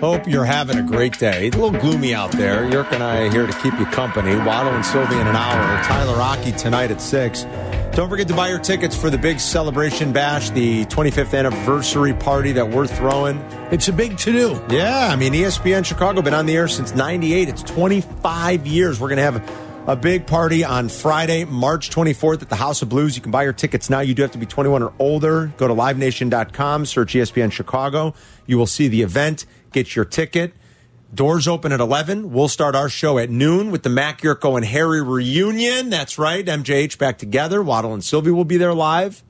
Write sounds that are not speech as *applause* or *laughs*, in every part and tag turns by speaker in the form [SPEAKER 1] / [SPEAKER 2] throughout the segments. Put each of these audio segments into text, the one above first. [SPEAKER 1] Hope you're having a great day. It's a little gloomy out there. Yerk and I are here to keep you company. Waddle and Sylvie in an hour. Tyler Rocky tonight at 6. Don't forget to buy your tickets for the big celebration bash, the 25th anniversary party that we're throwing.
[SPEAKER 2] It's a big to do.
[SPEAKER 1] Yeah, I mean, E ESPN Chicago been on the air since 98. It's 25 years. We're going to have a big party on Friday, March 24th at the House of Blues. You can buy your tickets now. You do have to be 21 or older. Go to livenation.com, search E ESPN Chicago. You will see the event, get your ticket. Doors open at 11. We'll start our show at noon with the Mac Yurko and Harry reunion. That's right. MJH back together. Waddle and Sylvie will be there live.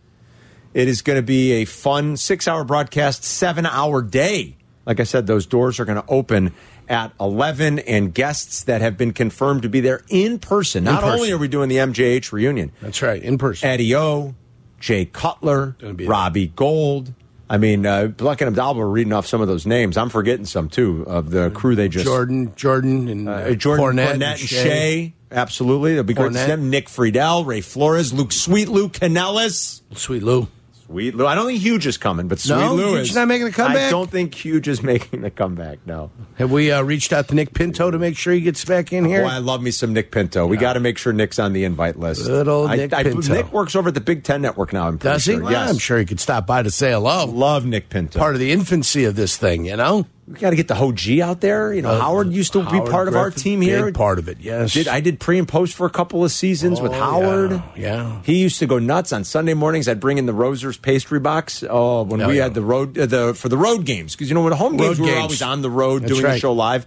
[SPEAKER 1] It is going to be a fun six hour broadcast, seven hour day. Like I said, those doors are going to open at 11, and guests that have been confirmed to be there in person. Not
[SPEAKER 2] person.
[SPEAKER 1] only are we doing the MJH reunion,
[SPEAKER 2] That's right, in person.
[SPEAKER 1] Eddie O, Jay Cutler,
[SPEAKER 2] Gonna be-
[SPEAKER 1] Robbie Gold. I mean, uh, Bluck and Abdalba were reading off some of those names. I'm forgetting some too of the crew they just
[SPEAKER 2] Jordan, Jordan, and
[SPEAKER 1] uh, Jordan Cornette,
[SPEAKER 2] Cornette
[SPEAKER 1] and Shea. Absolutely, that'd be great to see
[SPEAKER 2] Fournette.
[SPEAKER 1] them. Nick Friedel, Ray Flores, Luke Sweet, Lou Canellis.
[SPEAKER 2] Sweet Lou.
[SPEAKER 1] Sweet Lou. I don't think Huge is coming, but Sweet
[SPEAKER 2] No?
[SPEAKER 1] Lou
[SPEAKER 2] Huge
[SPEAKER 1] is
[SPEAKER 2] not making a comeback?
[SPEAKER 1] I don't think Huge is *laughs* making the comeback. No.
[SPEAKER 2] Have we uh, reached out to Nick Pinto to make sure he gets back in here?
[SPEAKER 1] Boy, I love me some Nick Pinto. We got to make sure Nick's on the invite list.
[SPEAKER 2] Good old
[SPEAKER 1] I-
[SPEAKER 2] Nick
[SPEAKER 1] I-
[SPEAKER 2] Pinto.
[SPEAKER 1] Nick works over at the Big Ten Network now. I'm pretty
[SPEAKER 2] Does he?
[SPEAKER 1] Sure.
[SPEAKER 2] Well,
[SPEAKER 1] Yes,
[SPEAKER 2] I'm sure he could stop by to say hello.
[SPEAKER 1] Love Nick Pinto.
[SPEAKER 2] Part of the infancy of this thing, you know.
[SPEAKER 1] we got to get the Hoji out there. You know, Uh, Howard used to
[SPEAKER 2] Howard
[SPEAKER 1] be part of our
[SPEAKER 2] Griffin,
[SPEAKER 1] team
[SPEAKER 2] big
[SPEAKER 1] here.
[SPEAKER 2] part of it, yes.
[SPEAKER 1] Did I did pre and post for a couple of seasons with
[SPEAKER 2] Oh,
[SPEAKER 1] Howard?
[SPEAKER 2] yeah. Yeah.
[SPEAKER 1] he used to go nuts on Sunday mornings. I'd bring in the Rosers pastry box. Oh, when
[SPEAKER 2] Oh,
[SPEAKER 1] we
[SPEAKER 2] yeah.
[SPEAKER 1] had the road uh, the for the road games because you know when home games
[SPEAKER 2] Road
[SPEAKER 1] we were
[SPEAKER 2] games.
[SPEAKER 1] always on the road
[SPEAKER 2] That's
[SPEAKER 1] doing the
[SPEAKER 2] right.
[SPEAKER 1] show live.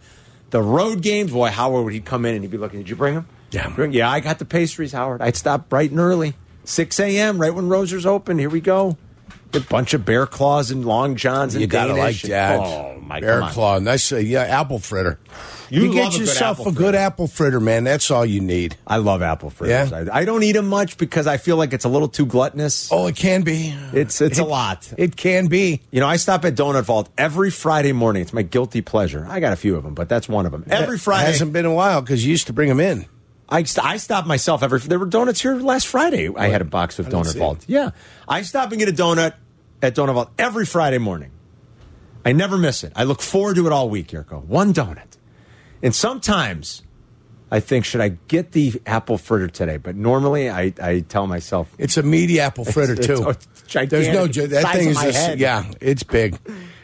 [SPEAKER 1] The road games, boy, Howard would he come in and he'd be looking. Did you bring them?
[SPEAKER 2] Yeah.
[SPEAKER 1] bring, yeah. I got the pastries, Howard. I'd stop bright and early, six a.m. right when Rosers open. Here we go. A bunch of bear claws and long johns and
[SPEAKER 2] You gotta
[SPEAKER 1] Danish
[SPEAKER 2] like
[SPEAKER 1] and-
[SPEAKER 2] that.
[SPEAKER 1] Oh my
[SPEAKER 2] Bear
[SPEAKER 1] come on.
[SPEAKER 2] claw, nice. Uh, yeah, apple fritter.
[SPEAKER 1] You love
[SPEAKER 2] get
[SPEAKER 1] a good
[SPEAKER 2] yourself
[SPEAKER 1] apple
[SPEAKER 2] a good
[SPEAKER 1] fritter.
[SPEAKER 2] apple fritter, man. That's all you need.
[SPEAKER 1] I love apple fritters.
[SPEAKER 2] Yeah?
[SPEAKER 1] I, I don't eat them much because I feel like it's a little too gluttonous.
[SPEAKER 2] Oh, it can be.
[SPEAKER 1] It's it's a lot.
[SPEAKER 2] It can be.
[SPEAKER 1] You know, I stop at Donut Vault every Friday morning. It's my guilty pleasure. I got a few of them, but that's one of them. Every Friday,
[SPEAKER 2] hasn't been a while because you used to bring them in.
[SPEAKER 1] I, st- I stop myself every. There were donuts here last Friday. I had a box of
[SPEAKER 2] didn't
[SPEAKER 1] Donut
[SPEAKER 2] see
[SPEAKER 1] Vault. Yeah, I stop and get a donut at Donut Vault every Friday morning. I never miss it. I look forward to it all week, Yurko. One donut, and sometimes I think, should I get the apple fritter today? But normally, I, I tell myself
[SPEAKER 2] It's a meaty apple fritter
[SPEAKER 1] It's-
[SPEAKER 2] too.
[SPEAKER 1] it's gigantic.
[SPEAKER 2] There's no ju- that
[SPEAKER 1] Size
[SPEAKER 2] thing
[SPEAKER 1] of
[SPEAKER 2] is
[SPEAKER 1] my
[SPEAKER 2] just,
[SPEAKER 1] head.
[SPEAKER 2] yeah,
[SPEAKER 1] *laughs*
[SPEAKER 2] it's big.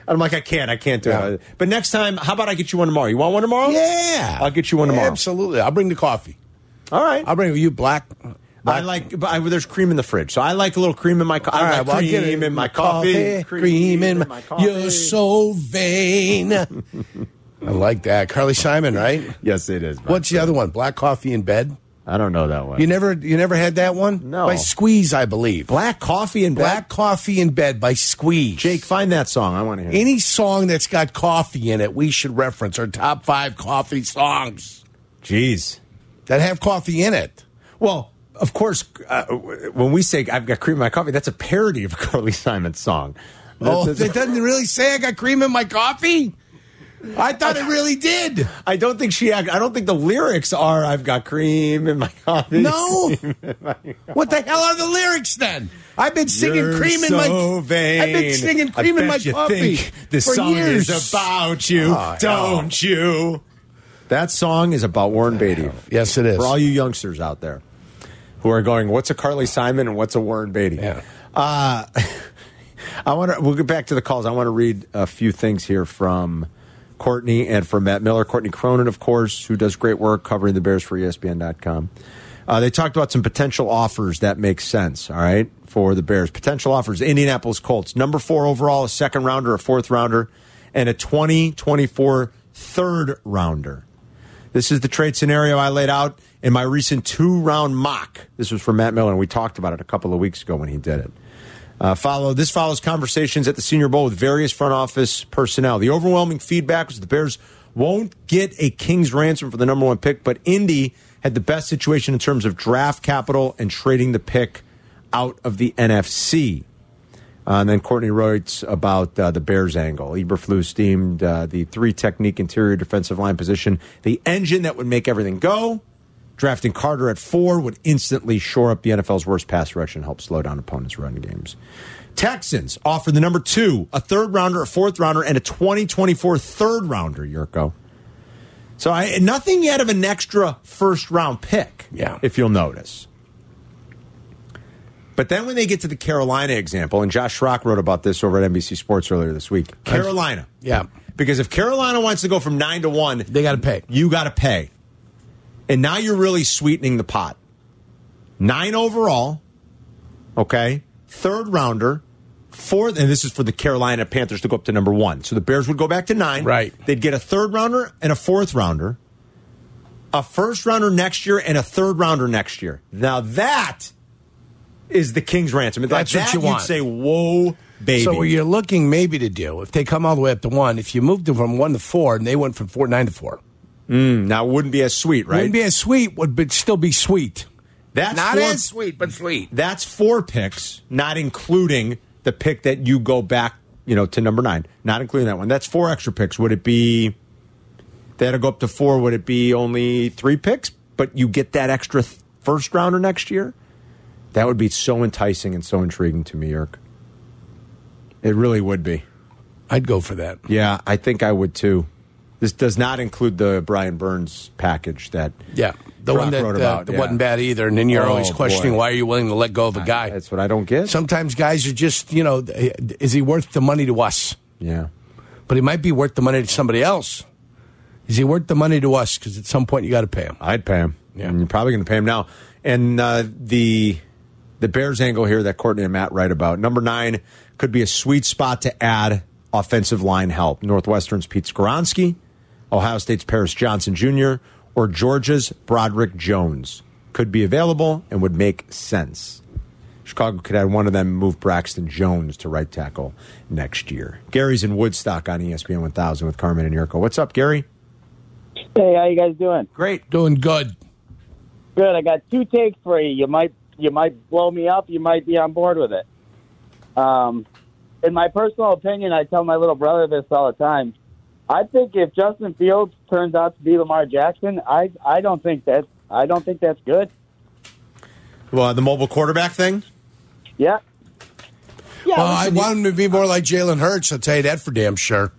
[SPEAKER 1] I'm like, I can't, I can't do
[SPEAKER 2] Yeah.
[SPEAKER 1] it. But next time, how about I get you one tomorrow? You want one tomorrow?
[SPEAKER 2] Yeah,
[SPEAKER 1] I'll get you one tomorrow.
[SPEAKER 2] Absolutely, I'll bring the coffee.
[SPEAKER 1] All right.
[SPEAKER 2] I'll bring you black.
[SPEAKER 1] I like, but I, there's cream in the fridge, so I like a little cream in my coffee.
[SPEAKER 2] All
[SPEAKER 1] I
[SPEAKER 2] right,
[SPEAKER 1] like
[SPEAKER 2] well, I'll
[SPEAKER 1] cream
[SPEAKER 2] get it.
[SPEAKER 1] in my coffee.
[SPEAKER 2] Cream, in my, You're so vain. *laughs* I like that, Carly Simon. Right?
[SPEAKER 1] Yes, it is. Brian.
[SPEAKER 2] What's the other one? Black coffee in bed.
[SPEAKER 1] I don't know that one.
[SPEAKER 2] You never, you never had that one?
[SPEAKER 1] No.
[SPEAKER 2] By Squeeze, I believe.
[SPEAKER 1] black coffee and
[SPEAKER 2] Black
[SPEAKER 1] black.
[SPEAKER 2] coffee in bed by Squeeze.
[SPEAKER 1] Jake, find that song. I want to hear. it.
[SPEAKER 2] Any song that's got coffee in it, we should reference our top five coffee songs
[SPEAKER 1] Jeez.
[SPEAKER 2] that have coffee in it.
[SPEAKER 1] Well, of course, uh, when we say I've got cream in my coffee, that's a *laughs* parody of Carly Simon's song.
[SPEAKER 2] Oh,
[SPEAKER 1] That's-
[SPEAKER 2] it doesn't really say I got cream in my coffee. I thought it really did. *laughs*
[SPEAKER 1] I don't think she. act- I don't think the lyrics are "I've got cream in my coffee."
[SPEAKER 2] No. What the hell are the lyrics then? I've been singing
[SPEAKER 1] You're
[SPEAKER 2] cream in
[SPEAKER 1] so
[SPEAKER 2] my
[SPEAKER 1] vain.
[SPEAKER 2] I've been singing
[SPEAKER 1] I
[SPEAKER 2] cream in
[SPEAKER 1] bet
[SPEAKER 2] my
[SPEAKER 1] you
[SPEAKER 2] coffee
[SPEAKER 1] Think this
[SPEAKER 2] for
[SPEAKER 1] song
[SPEAKER 2] years.
[SPEAKER 1] is about you,
[SPEAKER 2] Oh,
[SPEAKER 1] don't you? That song is about Warren Beatty.
[SPEAKER 2] Yes, it is.
[SPEAKER 1] For all you youngsters out there who are going, what's a Carly Simon and what's a Warren Beatty?
[SPEAKER 2] Yeah.
[SPEAKER 1] Uh, *laughs* I want to. We'll get back to the calls. I want to read a few things here from Courtney and from Matt Miller. Courtney Cronin, of course, who does great work covering the Bears for E ESPN.com. Uh, they talked about some potential offers that make sense. All right, for the Bears, potential offers: Indianapolis Colts, number four overall, a second rounder, a fourth rounder, and a 2024 third rounder. This is the trade scenario I laid out in my recent two round mock. This was from Matt Miller, and we talked about it a couple of weeks ago when he did it. Uh, follow this follows conversations at the Senior Bowl with various front office personnel. The overwhelming feedback was the Bears won't get a king's ransom for the number one pick, but Indy had the best situation in terms of draft capital and trading the pick out of the NFC. Uh, and then Courtney writes about uh, the Bears angle. Eberflus deemed uh, the three technique interior defensive line position the engine that would make everything go. Drafting Carter at four would instantly shore up the NFL's worst pass rush and help slow down opponents' run games. Texans offer the number two, a third rounder, a fourth rounder, and a 2024 third rounder, Yurko. So I, nothing yet of an extra first round pick,
[SPEAKER 2] Yeah.
[SPEAKER 1] if you'll notice. But then when they get to the Carolina example, and Josh Schrock wrote about this over at NBC Sports earlier this week Carolina.
[SPEAKER 2] Yeah.
[SPEAKER 1] Because if Carolina wants to go from nine to one,
[SPEAKER 2] They got to pay.
[SPEAKER 1] you got to pay. And now you're really sweetening the pot. Nine overall, okay, third rounder, fourth, and this is for the Carolina Panthers to go up to number one. So the Bears would go back to nine.
[SPEAKER 2] Right.
[SPEAKER 1] They'd get a third rounder and a fourth rounder, a first rounder next year, and a third rounder next year. Now that is the King's ransom. Like
[SPEAKER 2] That's what
[SPEAKER 1] that
[SPEAKER 2] you want.
[SPEAKER 1] would say, whoa, baby.
[SPEAKER 2] So what you're looking maybe to do if they come all the way up to one, if you moved them from one to four and they went from four nine to four,
[SPEAKER 1] now it wouldn't be as sweet, right?
[SPEAKER 2] wouldn't be as sweet, would but still be sweet.
[SPEAKER 1] That's
[SPEAKER 2] Not
[SPEAKER 1] four-
[SPEAKER 2] as sweet, but sweet.
[SPEAKER 1] That's four picks, not including the pick that you go back, you know, to number nine, not including that one. That's four extra picks. Would it be that'll go up to four? Would it be only three picks? But you get that extra th- first rounder next year. That would be so enticing and so intriguing to me, Irk. It really would be.
[SPEAKER 2] I'd go for that.
[SPEAKER 1] Yeah, I think I would too. This does not include the Brian Burns package that.
[SPEAKER 2] Yeah, the
[SPEAKER 1] Brock
[SPEAKER 2] one that,
[SPEAKER 1] wrote
[SPEAKER 2] uh,
[SPEAKER 1] about,
[SPEAKER 2] that
[SPEAKER 1] yeah.
[SPEAKER 2] wasn't bad either, and then you're
[SPEAKER 1] Oh,
[SPEAKER 2] always questioning
[SPEAKER 1] boy.
[SPEAKER 2] why are you willing to let go of a guy.
[SPEAKER 1] That's what I don't get.
[SPEAKER 2] Sometimes guys are just you know, eh, is he worth the money to us?
[SPEAKER 1] yeah.
[SPEAKER 2] But he might be worth the money to somebody else. Is he worth the money to us? Because at some point you got to pay him.
[SPEAKER 1] I'd pay him.
[SPEAKER 2] Yeah.
[SPEAKER 1] And you're probably going to pay him now. And uh, the the Bears angle here that Courtney and Matt write about number nine could be a sweet spot to add offensive line help. Northwestern's Pete Skoronsky, Ohio State's Paris Johnson Jr., or Georgia's Broderick Jones could be available and would make sense. Chicago could add one of them, and move Braxton Jones to right tackle next year. Gary's in Woodstock on E ESPN 1000 with Carmen and Yurko. What's up, Gary?
[SPEAKER 3] Hey, how you guys doing?
[SPEAKER 1] Great.
[SPEAKER 2] Doing good.
[SPEAKER 3] Good. I got two takes for you. You might you might blow me up. You might be on board with it. Um, in my personal opinion, I tell my little brother this all the time. I think if Justin Fields turns out to be Lamar Jackson, I I don't think that I don't think that's good.
[SPEAKER 1] Well, the mobile quarterback thing?
[SPEAKER 3] Yeah. Yeah.
[SPEAKER 2] Well, I
[SPEAKER 3] listen,
[SPEAKER 2] want him to be more like Jalen Hurts. I'll tell you that for damn sure.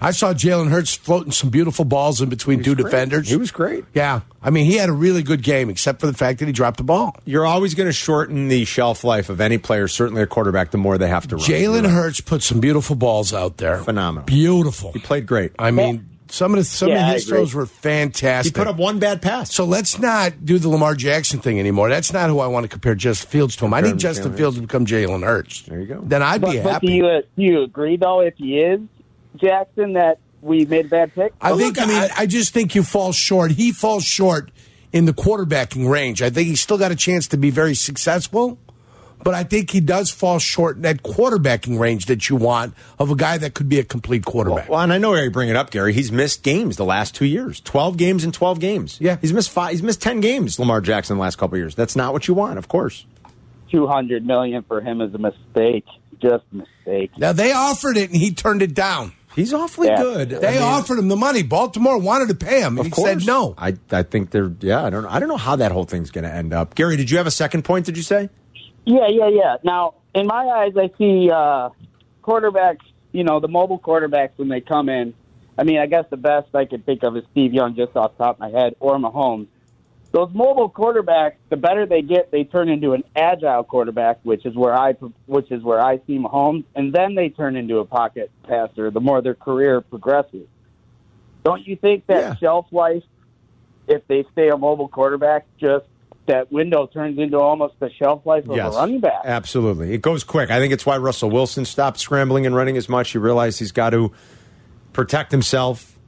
[SPEAKER 2] I saw Jalen Hurts floating some beautiful balls in between two defenders.
[SPEAKER 1] He was great.
[SPEAKER 2] yeah, I mean he had a really good game, except for the fact that he dropped the ball.
[SPEAKER 1] You're always going to shorten the shelf life of any player, certainly a quarterback, the more they have to run.
[SPEAKER 2] Jalen
[SPEAKER 1] You're right.
[SPEAKER 2] Hurts put some beautiful balls out there.
[SPEAKER 1] Phenomenal.
[SPEAKER 2] Beautiful.
[SPEAKER 1] He played great.
[SPEAKER 2] I mean, some of the some
[SPEAKER 3] Yeah,
[SPEAKER 2] of
[SPEAKER 3] I
[SPEAKER 2] his
[SPEAKER 3] agree.
[SPEAKER 2] throws were
[SPEAKER 1] He
[SPEAKER 2] fantastic.
[SPEAKER 1] put up one bad pass.
[SPEAKER 2] so let's not do the Lamar Jackson thing anymore. That's not who I want to compare Justin Fields to him. I
[SPEAKER 1] Compare
[SPEAKER 2] need
[SPEAKER 1] him to
[SPEAKER 2] Justin
[SPEAKER 1] Jalen
[SPEAKER 2] Fields to become Jalen Hurts.
[SPEAKER 1] There you go.
[SPEAKER 2] Then I'd
[SPEAKER 3] but,
[SPEAKER 2] be
[SPEAKER 3] but do
[SPEAKER 2] happy.
[SPEAKER 3] you do you agree though if he is Jackson that we made a bad pick?
[SPEAKER 2] I
[SPEAKER 1] Well,
[SPEAKER 2] think.
[SPEAKER 1] look,
[SPEAKER 2] I mean, I,
[SPEAKER 1] I-
[SPEAKER 2] just think you fall short. He falls short in the quarterbacking range. I think he's still got a chance to be very successful, but I think he does fall short in that quarterbacking range that you want of a guy that could be a complete quarterback.
[SPEAKER 1] well, and I know where you bring it up, Gary. He's missed games the last two years. Twelve games in twelve games.
[SPEAKER 2] Yeah.
[SPEAKER 1] He's missed five he's missed ten games, Lamar Jackson, the last couple of years. That's not what you want, of course.
[SPEAKER 3] Two hundred million for him is a mistake. Just a mistake.
[SPEAKER 2] now they offered it and he turned it down.
[SPEAKER 1] He's awfully
[SPEAKER 3] Yeah.
[SPEAKER 1] good.
[SPEAKER 2] They
[SPEAKER 1] I mean,
[SPEAKER 2] offered him the money. Baltimore wanted to pay him, and
[SPEAKER 1] of
[SPEAKER 2] he
[SPEAKER 1] course.
[SPEAKER 2] said no.
[SPEAKER 1] I, I think they're yeah, I don't know. I don't know how that whole thing's gonna end up. Gary, did you have a second point, did you say?
[SPEAKER 3] Yeah, yeah, yeah. Now, in my eyes, I see uh, quarterbacks, you know, the mobile quarterbacks when they come in. I mean, I guess the best I could think of is Steve Young just off the top of my head or Mahomes. Those mobile quarterbacks, the better they get, they turn into an agile quarterback, which is where I which is where I see Mahomes, and then they turn into a pocket passer the more their career progresses. Don't you think that
[SPEAKER 1] Yeah.
[SPEAKER 3] shelf life if they stay a mobile quarterback, just that window turns into almost the shelf life of a running back.
[SPEAKER 1] Absolutely. It goes quick. I think it's why Russell Wilson stopped scrambling and running as much. He realized he's got to protect himself.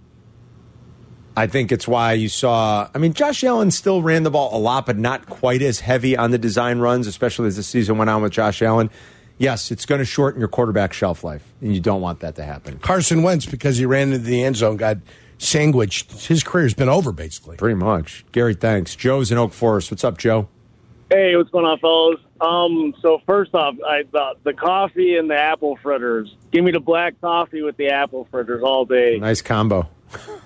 [SPEAKER 1] I think it's why you saw. I mean, Josh Allen still ran the ball a lot, but not quite as heavy on the design runs, especially as the season went on with Josh Allen. Yes, it's going to shorten your quarterback shelf life, and you don't want that to happen.
[SPEAKER 2] Carson Wentz, because he ran into the end zone, got sandwiched. His career's been over, basically.
[SPEAKER 1] Pretty much. Gary, thanks. Joe's in Oak Forest. What's up, Joe?
[SPEAKER 4] Hey, what's going on, fellas? Um, so first off, I thought the coffee and the apple fritters. Give me the black coffee with the apple fritters all day.
[SPEAKER 1] Nice combo.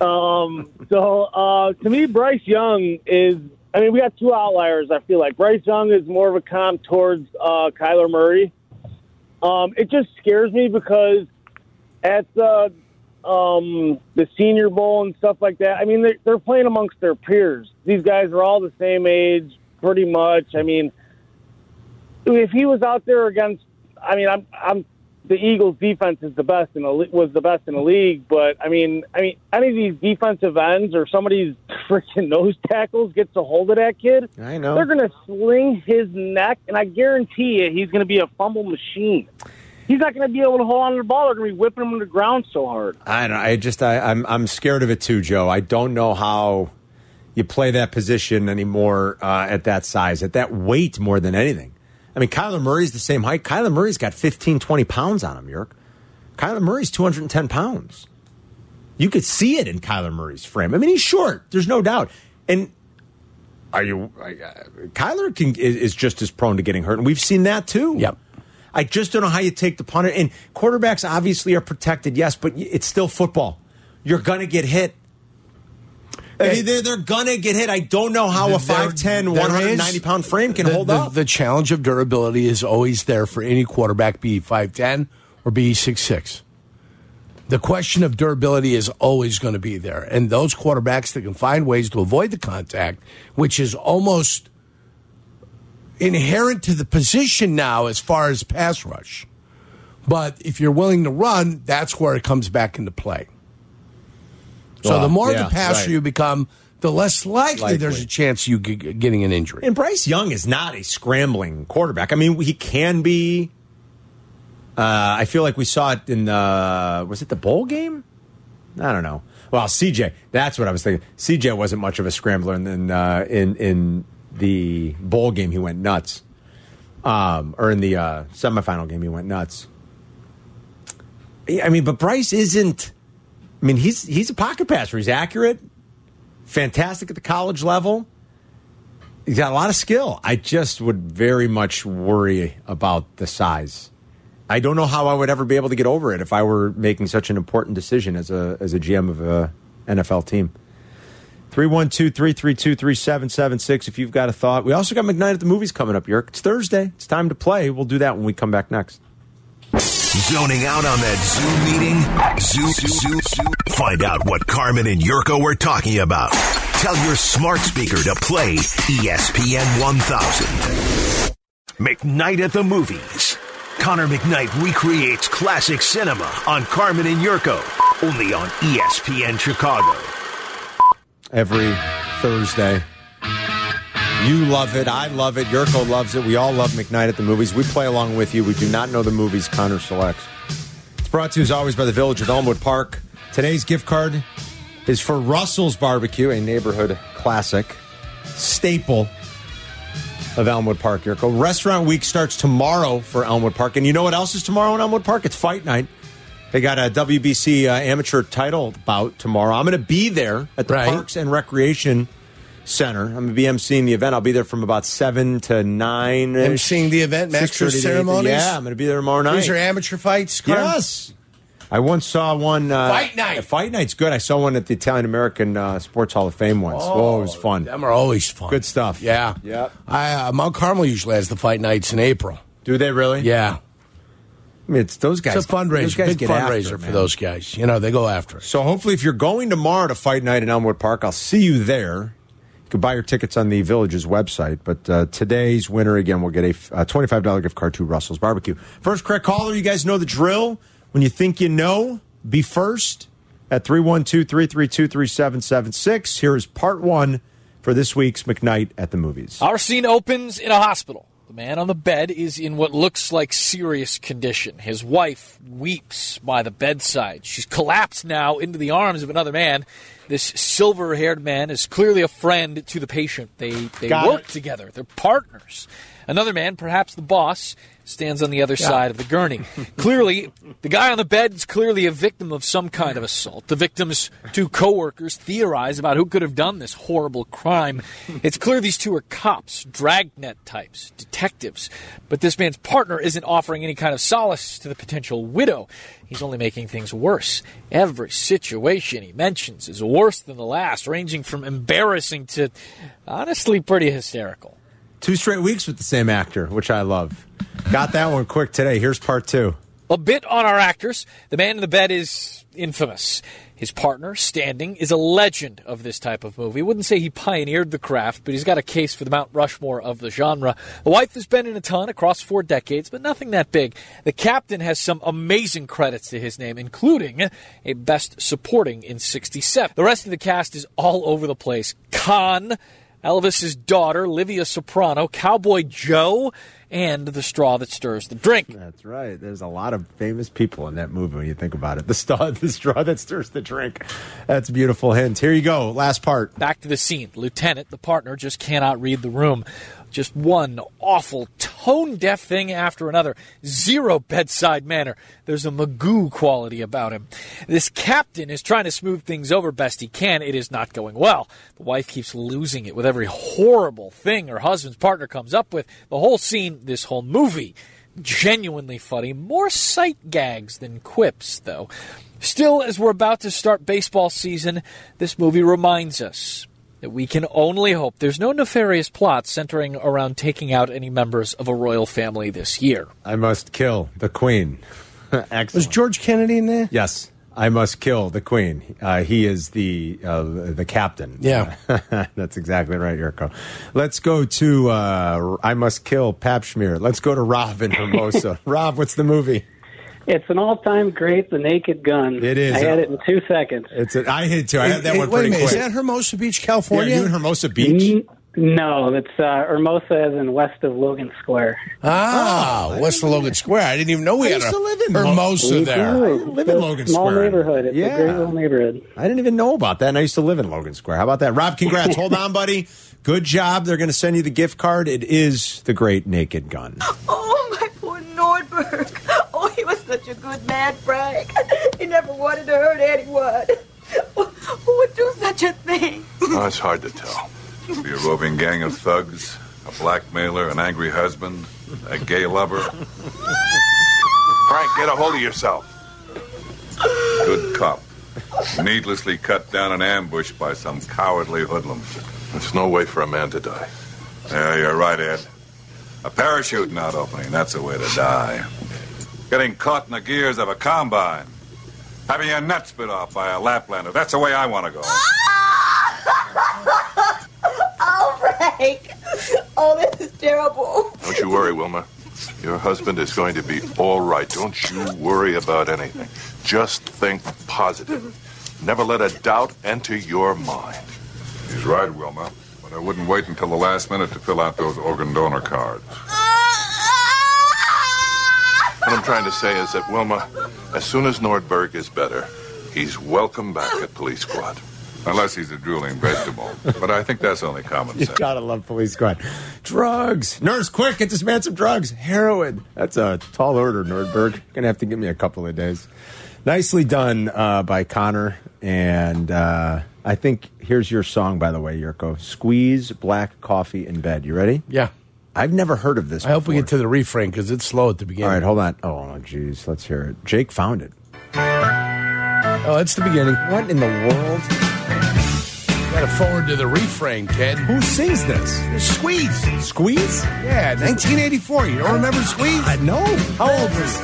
[SPEAKER 4] Um, so uh, to me, Bryce Young is I mean, we got two outliers. I feel like Bryce Young is more of a comp towards uh, Kyler Murray. Um, it just scares me because at the um, the Senior Bowl and stuff like that. I mean, they're, they're playing amongst their peers. These guys are all the same age, pretty much. I mean, if he was out there against, I mean, I'm, I'm the Eagles' defense is the best in the le- was the best in the league. But I mean, I mean, any of these defensive ends or somebody's *laughs* freaking nose tackles gets a hold of that kid,
[SPEAKER 1] I know.
[SPEAKER 4] they're gonna sling his neck, and I guarantee you, he's gonna be a fumble machine. He's not going to be able to hold on to the ball. They're going to be whipping him to the ground so hard.
[SPEAKER 1] I don't. I just. I, I'm. I'm scared of it too, Joe. I don't know how you play that position anymore uh, at that size, at that weight, more than anything. I mean, Kyler Murray's the same height. Kyler Murray's got 15, 20 pounds on him, Yerk. Kyler Murray's 210 pounds. You could see it in Kyler Murray's frame. I mean, he's short. There's no doubt. And are you? I- I- Kyler can, is, is just as prone to getting hurt, and we've seen that too.
[SPEAKER 2] Yep.
[SPEAKER 1] I just don't know how you take the punter. And quarterbacks obviously are protected, yes, but y- it's still football. You're gonna get hit. I mean, they're, they're gonna get hit. I don't know how a
[SPEAKER 2] There-
[SPEAKER 1] 5'10",
[SPEAKER 2] there
[SPEAKER 1] 190
[SPEAKER 2] is-
[SPEAKER 1] pound frame can
[SPEAKER 2] the,
[SPEAKER 1] hold
[SPEAKER 2] the,
[SPEAKER 1] up.
[SPEAKER 2] The challenge of durability is always there for any quarterback, be he 5'10 or be he 6'6. The question of durability is always going to be there. And those quarterbacks that can find ways to avoid the contact, which is almost inherent to the position now as far as pass rush. But if you're willing to run, that's where it comes back into play. So
[SPEAKER 1] Wow.
[SPEAKER 2] the more
[SPEAKER 1] Yeah,
[SPEAKER 2] the passer
[SPEAKER 1] right.
[SPEAKER 2] you become, the less likely,
[SPEAKER 1] Likely.
[SPEAKER 2] there's a chance you g- getting an injury.
[SPEAKER 1] And Bryce Young is not a scrambling quarterback. I mean, he can be. Uh, I feel like we saw it in the was it the bowl game? I don't know. Well, CJ, that's what I was thinking. CJ wasn't much of a scrambler, and then uh, in in the bowl game he went nuts, um, or in the uh, semifinal game he went nuts. Yeah, I mean, but Bryce isn't. I mean, he's he's a pocket passer. He's accurate, fantastic at the college level he's got a lot of skill. I just would very much worry about the size. I don't know how I would ever be able to get over it if I were making such an important decision as a as a GM of a NFL team. 312-332-3776 if you've got a thought. We also got McKnight at the movies coming up, York. It's Thursday. It's time to play. We'll do that when we come back next.
[SPEAKER 5] Zoning out on that Zoom meeting? Zoo, zoo, zoo. Find out what Carmen and Yurko were talking about. Tell your smart speaker to play E ESPN 1000. McKnight at the Movies. Connor McKnight recreates classic cinema on Carmen and Yurko. Only on E ESPN Chicago.
[SPEAKER 1] every Thursday. You love it. I love it. Yurko loves it. We all love McKnight at the movies. We play along with you. We do not know the movies Connor selects. It's brought to you as always by the Village of Elmwood Park. Today's gift card is for Russell's Barbecue, a neighborhood classic staple of Elmwood Park, Yurko. Restaurant week starts tomorrow for Elmwood Park. And you know what else is tomorrow in Elmwood Park? It's fight night. They got a WBC uh, amateur title bout tomorrow. I'm going to be there at the
[SPEAKER 2] Right.
[SPEAKER 1] Parks and Recreation Center. I'm going to be emceeing the event. I'll be there from about 7 to 9.
[SPEAKER 2] Emceeing the event, master ceremonies?
[SPEAKER 1] Yeah, I'm going to be there tomorrow night.
[SPEAKER 2] These are amateur fights. Carm?
[SPEAKER 1] Yes. I once saw one. Uh,
[SPEAKER 2] Fight night.
[SPEAKER 1] yeah, Fight night's good. I saw one at the Italian American uh, Sports Hall of Fame once. Oh, it was fun.
[SPEAKER 2] Them are always fun.
[SPEAKER 1] Good stuff.
[SPEAKER 2] Yeah.
[SPEAKER 1] Yep.
[SPEAKER 2] I, uh, Mount Carmel usually has the fight nights in April.
[SPEAKER 1] Do they really?
[SPEAKER 2] Yeah.
[SPEAKER 1] I mean, it's those guys.
[SPEAKER 2] It's a
[SPEAKER 1] Those
[SPEAKER 2] fundraiser,
[SPEAKER 1] guys
[SPEAKER 2] big
[SPEAKER 1] get after
[SPEAKER 2] fundraiser
[SPEAKER 1] it,
[SPEAKER 2] for
[SPEAKER 1] man.
[SPEAKER 2] those guys. You know, they go after us.
[SPEAKER 1] So hopefully, if you're going tomorrow to Fight Night in Elmwood Park, I'll see you there. You can buy your tickets on the Village's website. But uh, today's winner again will get a uh, twenty-five dollar gift card to Russell's Barbecue. First correct caller, you guys know the drill. When you think you know, be first at 312-332-3776. Here is part one for this week's McKnight at the movies.
[SPEAKER 6] Our scene opens in a hospital. The man on the bed is in what looks like serious condition. His wife weeps by the bedside. She's collapsed now into the arms of another man. This silver haired man is clearly a friend to the patient. They, they
[SPEAKER 1] Got
[SPEAKER 6] work
[SPEAKER 1] it.
[SPEAKER 6] together, they're partners. Another man, perhaps the boss, stands on the other side of the gurney. clearly, the guy on the bed is clearly a victim of some kind of assault. The victim's two coworkers theorize about who could have done this horrible crime. It's clear these two are cops, dragnet types, detectives. But this man's partner isn't offering any kind of solace to the potential widow. He's only making things worse. Every situation he mentions is a worse than the last, ranging from embarrassing to honestly pretty hysterical.
[SPEAKER 1] Two straight weeks with the same actor, which I love. Got that one quick today. Here's part two.
[SPEAKER 6] A bit on our actors. The man in the bed is infamous. His partner, Standing, is a legend of this type of movie. Wouldn't say he pioneered the craft, but he's got a case for the Mount Rushmore of the genre. The wife has been in a ton across four decades, but nothing that big. The captain has some amazing credits to his name, including a Best Supporting in 67. The rest of the cast is all over the place. Khan, Elvis's daughter, Livia Soprano, Cowboy Joe, and the straw that stirs the drink.
[SPEAKER 1] That's right. There's a lot of famous people in that movie when you think about it. The straw, *laughs* the straw that stirs the drink. That's a beautiful hint. Here you go. Last part.
[SPEAKER 6] Back to the scene. The lieutenant, the partner, just cannot read the room. Just one awful, tone deaf thing after another. Zero bedside manner. There's a Magoo quality about him. This captain is trying to smooth things over best he can. It is not going well. The wife keeps losing it with every horrible thing her husband's partner comes up with. The whole scene, this whole movie, genuinely funny. More sight gags than quips, though. Still, as we're about to start baseball season, this movie reminds us that we can only hope there's no nefarious plot centering around taking out any members of a royal family this year.
[SPEAKER 1] I must kill the queen.
[SPEAKER 2] Was
[SPEAKER 1] Excellent.
[SPEAKER 2] George Kennedy in there?
[SPEAKER 1] yes, I must kill the queen. Uh, he is the uh, the captain.
[SPEAKER 2] Yeah.
[SPEAKER 1] *laughs* That's exactly right, Yurko. Let's go to uh, I must kill Papschmier. Let's go to Rob in
[SPEAKER 2] *laughs*
[SPEAKER 1] Hermosa. Rob, what's the movie?
[SPEAKER 7] It's an all-time great, The Naked Gun.
[SPEAKER 1] It is.
[SPEAKER 7] I had it in two seconds.
[SPEAKER 1] It's a, I hit too. I had that
[SPEAKER 2] Hey,
[SPEAKER 1] one
[SPEAKER 2] wait
[SPEAKER 1] pretty
[SPEAKER 2] a minute.
[SPEAKER 1] quick.
[SPEAKER 2] Is that Hermosa Beach,
[SPEAKER 1] yeah, are
[SPEAKER 2] California?
[SPEAKER 1] you Mm-hmm. in Hermosa Beach?
[SPEAKER 7] N- No, that's uh, Hermosa, as in west of Logan Square.
[SPEAKER 2] ah, West of Logan Square. I didn't even know we
[SPEAKER 1] I
[SPEAKER 2] had
[SPEAKER 1] used to
[SPEAKER 2] a
[SPEAKER 1] live in Mo-
[SPEAKER 2] Hermosa
[SPEAKER 7] We
[SPEAKER 2] there.
[SPEAKER 7] do.
[SPEAKER 1] I live in
[SPEAKER 7] It's a
[SPEAKER 1] Logan
[SPEAKER 7] small
[SPEAKER 1] Square.
[SPEAKER 7] neighborhood. It's
[SPEAKER 1] Yeah.
[SPEAKER 7] a great little neighborhood.
[SPEAKER 1] I didn't even know about that, and I used to live in Logan Square. How about that, Rob? *laughs* Congrats! Hold on, buddy. Good job. They're going to send you the gift card. It is the Great Naked Gun.
[SPEAKER 8] Oh, my poor Nordberg. Oh, he was such a good man, Frank. He never wanted to hurt anyone. Who would do such a thing?
[SPEAKER 9] Oh, it's hard to tell. Be a roving gang of thugs, a blackmailer, an angry husband, a gay lover. Frank, get a hold of yourself. Good cop. Needlessly cut down and ambushed by some cowardly hoodlum. There's no way for a man to die. Yeah, you're right, Ed. A parachute not opening, that's a way to die. Getting caught in the gears of a combine. Having your nuts bit off by a Laplander, that's the way I want to go.
[SPEAKER 8] Oh, Frank. Oh, this is terrible.
[SPEAKER 9] Don't you worry, Wilma. Your husband is going to be all right. Don't you worry about anything. Just think positive. Never let a doubt enter your mind. He's right, Wilma. But I wouldn't wait until the last minute to fill out those organ donor cards. What I'm trying to say is that, Wilma, as soon as Nordberg is better, he's welcome back at police squad. Unless he's a drooling vegetable. But I think that's
[SPEAKER 1] *laughs*
[SPEAKER 9] only common sense.
[SPEAKER 1] Gotta love police squad. Drugs, nurse, quick, get this man some drugs. Heroin. That's a tall order, Nordberg. Gonna have to give me a couple of days. Nicely done uh, by Connor, and uh, I think here's your song, by the way, Yurko. Squeeze black coffee in bed. You ready?
[SPEAKER 2] Yeah.
[SPEAKER 1] I've never heard of this.
[SPEAKER 2] I hope we
[SPEAKER 1] before.
[SPEAKER 2] get to the refrain because it's slow at the
[SPEAKER 1] All
[SPEAKER 2] beginning.
[SPEAKER 1] right, hold on. Oh, jeez, let's hear it. Jake found it.
[SPEAKER 2] Oh, it's the beginning.
[SPEAKER 1] What in the world?
[SPEAKER 2] Gotta forward to the refrain, kid.
[SPEAKER 1] Who sings this?
[SPEAKER 2] Squeeze.
[SPEAKER 1] Squeeze?
[SPEAKER 2] Yeah, 1984. You don't remember Squeeze?
[SPEAKER 1] I know. How old was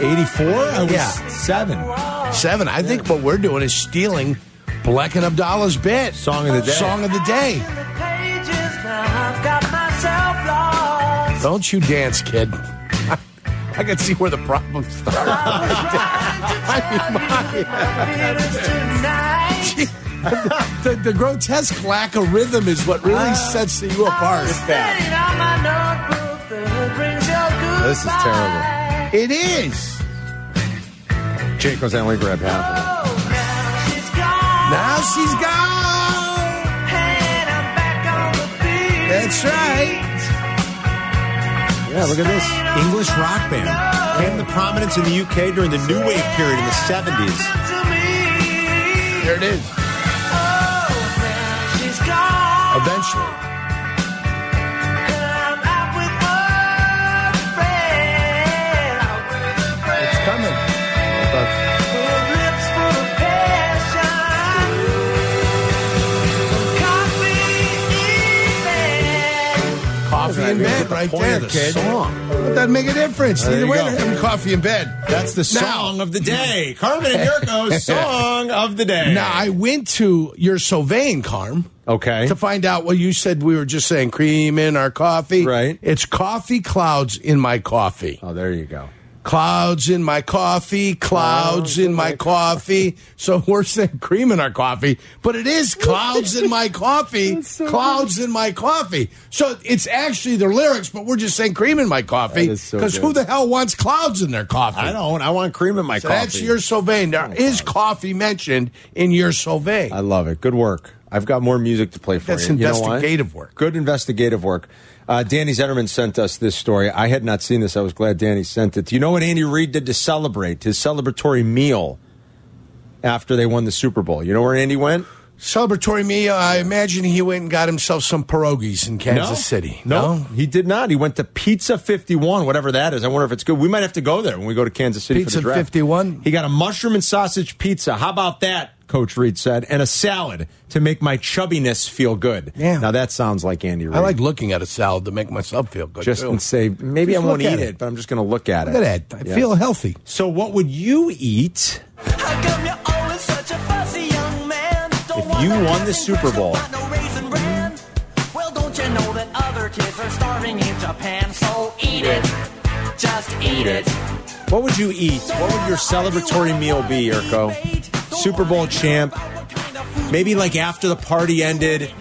[SPEAKER 1] In 84? I was
[SPEAKER 2] Yeah.
[SPEAKER 1] seven.
[SPEAKER 2] Seven. I think what we're doing is stealing Black and Abdallah's bit.
[SPEAKER 1] Song of the day.
[SPEAKER 2] Song of the day. *laughs* Don't you dance, kid. *laughs* I can see where the problem started. *laughs* The, the grotesque lack of rhythm is what really
[SPEAKER 1] Ah.
[SPEAKER 2] sets you apart.
[SPEAKER 1] This is terrible.
[SPEAKER 2] It is.
[SPEAKER 1] Jake goes, I only grabbed half
[SPEAKER 2] Now she's gone. That's right.
[SPEAKER 1] of it. Yeah, look at this. English rock band. Came to prominence in the UK during the New Wave period in the 70s.
[SPEAKER 2] There it is. Eventually. It's coming.
[SPEAKER 1] I thought-
[SPEAKER 2] right
[SPEAKER 1] point
[SPEAKER 2] there,
[SPEAKER 1] of the
[SPEAKER 2] kid.
[SPEAKER 1] song.
[SPEAKER 2] But that'd make a difference.
[SPEAKER 1] There
[SPEAKER 2] Either
[SPEAKER 1] you
[SPEAKER 2] way,
[SPEAKER 1] go.
[SPEAKER 2] they're having coffee in bed.
[SPEAKER 1] That's the
[SPEAKER 2] Now-
[SPEAKER 1] song of the day. Carmen and *laughs* Yurko's song of the day.
[SPEAKER 2] Now I went to your Sylvain, Carm.
[SPEAKER 1] okay.
[SPEAKER 2] to find out what you said we were just saying cream in our coffee
[SPEAKER 1] Right.
[SPEAKER 2] it's coffee clouds in my coffee
[SPEAKER 1] Oh, there you go.
[SPEAKER 2] clouds in my coffee
[SPEAKER 1] Oh,
[SPEAKER 2] clouds in my
[SPEAKER 1] *laughs*
[SPEAKER 2] coffee so worse than cream in our coffee but it is clouds in my coffee clouds in my coffee so it's actually their lyrics but we're just saying cream in my coffee
[SPEAKER 1] That is so good.
[SPEAKER 2] who the hell wants clouds in their coffee
[SPEAKER 1] I don't. I want cream in my
[SPEAKER 2] so
[SPEAKER 1] coffee.
[SPEAKER 2] that's your Sylvain. There is coffee mentioned in your Sylvain.
[SPEAKER 1] I love it. Good work. I've got more music to play for
[SPEAKER 2] That's
[SPEAKER 1] you. You know why?
[SPEAKER 2] investigative work.
[SPEAKER 1] Good investigative work. Uh, Danny Zetterman sent us this story. I had not seen this. I was glad Danny sent it. Do you know what Andy Reid did to celebrate his celebratory meal after they won the Super Bowl? You know where Andy went?
[SPEAKER 2] Celebratory meal. I imagine he went and got himself some pierogies in Kansas
[SPEAKER 1] No.
[SPEAKER 2] City.
[SPEAKER 1] No, he did not. He went to Pizza 51, whatever that is. I wonder if it's good. We might have to go there when we go to Kansas City for
[SPEAKER 2] Pizza
[SPEAKER 1] the draft.
[SPEAKER 2] 51?
[SPEAKER 1] He got a mushroom and sausage pizza. How about that? Coach Reed said, and a salad to make my chubbiness feel good.
[SPEAKER 2] Yeah.
[SPEAKER 1] Now that sounds like Andy Reid.
[SPEAKER 2] I like looking at a salad to make myself feel
[SPEAKER 1] *laughs*
[SPEAKER 2] good.
[SPEAKER 1] just
[SPEAKER 2] too.
[SPEAKER 1] and say maybe
[SPEAKER 2] Just
[SPEAKER 1] I won't
[SPEAKER 2] look at
[SPEAKER 1] eat it.
[SPEAKER 2] it.
[SPEAKER 1] but I'm just going to look at
[SPEAKER 2] Look
[SPEAKER 1] it.
[SPEAKER 2] at that. I
[SPEAKER 1] Yeah.
[SPEAKER 2] feel healthy.
[SPEAKER 1] So, what would you eat
[SPEAKER 10] How come you're always such a fussy young man? Don't
[SPEAKER 1] If
[SPEAKER 10] wanna
[SPEAKER 1] you won
[SPEAKER 10] get
[SPEAKER 1] the
[SPEAKER 10] in
[SPEAKER 1] Super
[SPEAKER 10] grass,
[SPEAKER 1] Bowl-
[SPEAKER 10] don't want no raisin bran. Well, don't you know that other kids are starving in Japan? So eat it. Just eat it.
[SPEAKER 1] What would you eat? What would your celebratory meal be, Erko? Super Bowl champ. Maybe like after the party ended,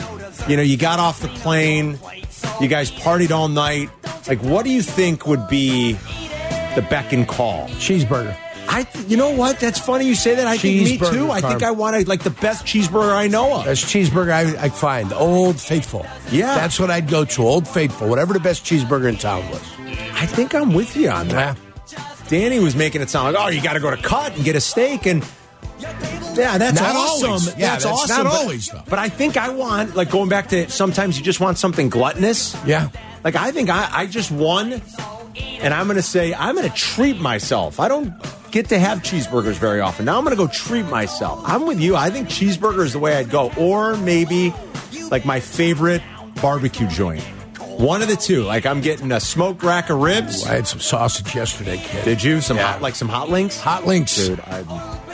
[SPEAKER 1] you know, you got off the plane, you guys partied all night. Like, what do you think would be the beck and call?
[SPEAKER 2] Cheeseburger.
[SPEAKER 1] I, you know what? That's funny you say that. I think me
[SPEAKER 2] Cheeseburger,
[SPEAKER 1] too. I think
[SPEAKER 2] Carmen.
[SPEAKER 1] I want to like the best cheeseburger I know of.
[SPEAKER 2] Best cheeseburger I, I find. Old Faithful.
[SPEAKER 1] Yeah.
[SPEAKER 2] That's what I'd go to. Old Faithful. Whatever the best cheeseburger in town was.
[SPEAKER 1] I think I'm with you on that.
[SPEAKER 2] Yeah.
[SPEAKER 1] Danny was making it sound like, oh, you got to go to cut and get a steak, and yeah, that's
[SPEAKER 2] Not
[SPEAKER 1] awesome.
[SPEAKER 2] always. Yeah, that's
[SPEAKER 1] awesome.
[SPEAKER 2] not
[SPEAKER 1] but-
[SPEAKER 2] always, though.
[SPEAKER 1] But I think I want like going back to sometimes you just want something gluttonous.
[SPEAKER 2] Yeah.
[SPEAKER 1] Like I think I, I just won, and I'm gonna say I'm gonna treat myself. I don't get to have cheeseburgers very often. Now I'm gonna go treat myself. I'm with you. I think cheeseburger is the way I'd go, or maybe like my favorite barbecue joint. One of the two. Like I'm getting a smoked rack of ribs.
[SPEAKER 2] I had some sausage yesterday, kid.
[SPEAKER 1] Did you some
[SPEAKER 2] Yeah.
[SPEAKER 1] hot like some hot links?
[SPEAKER 2] Hot links.
[SPEAKER 1] Dude, I'm,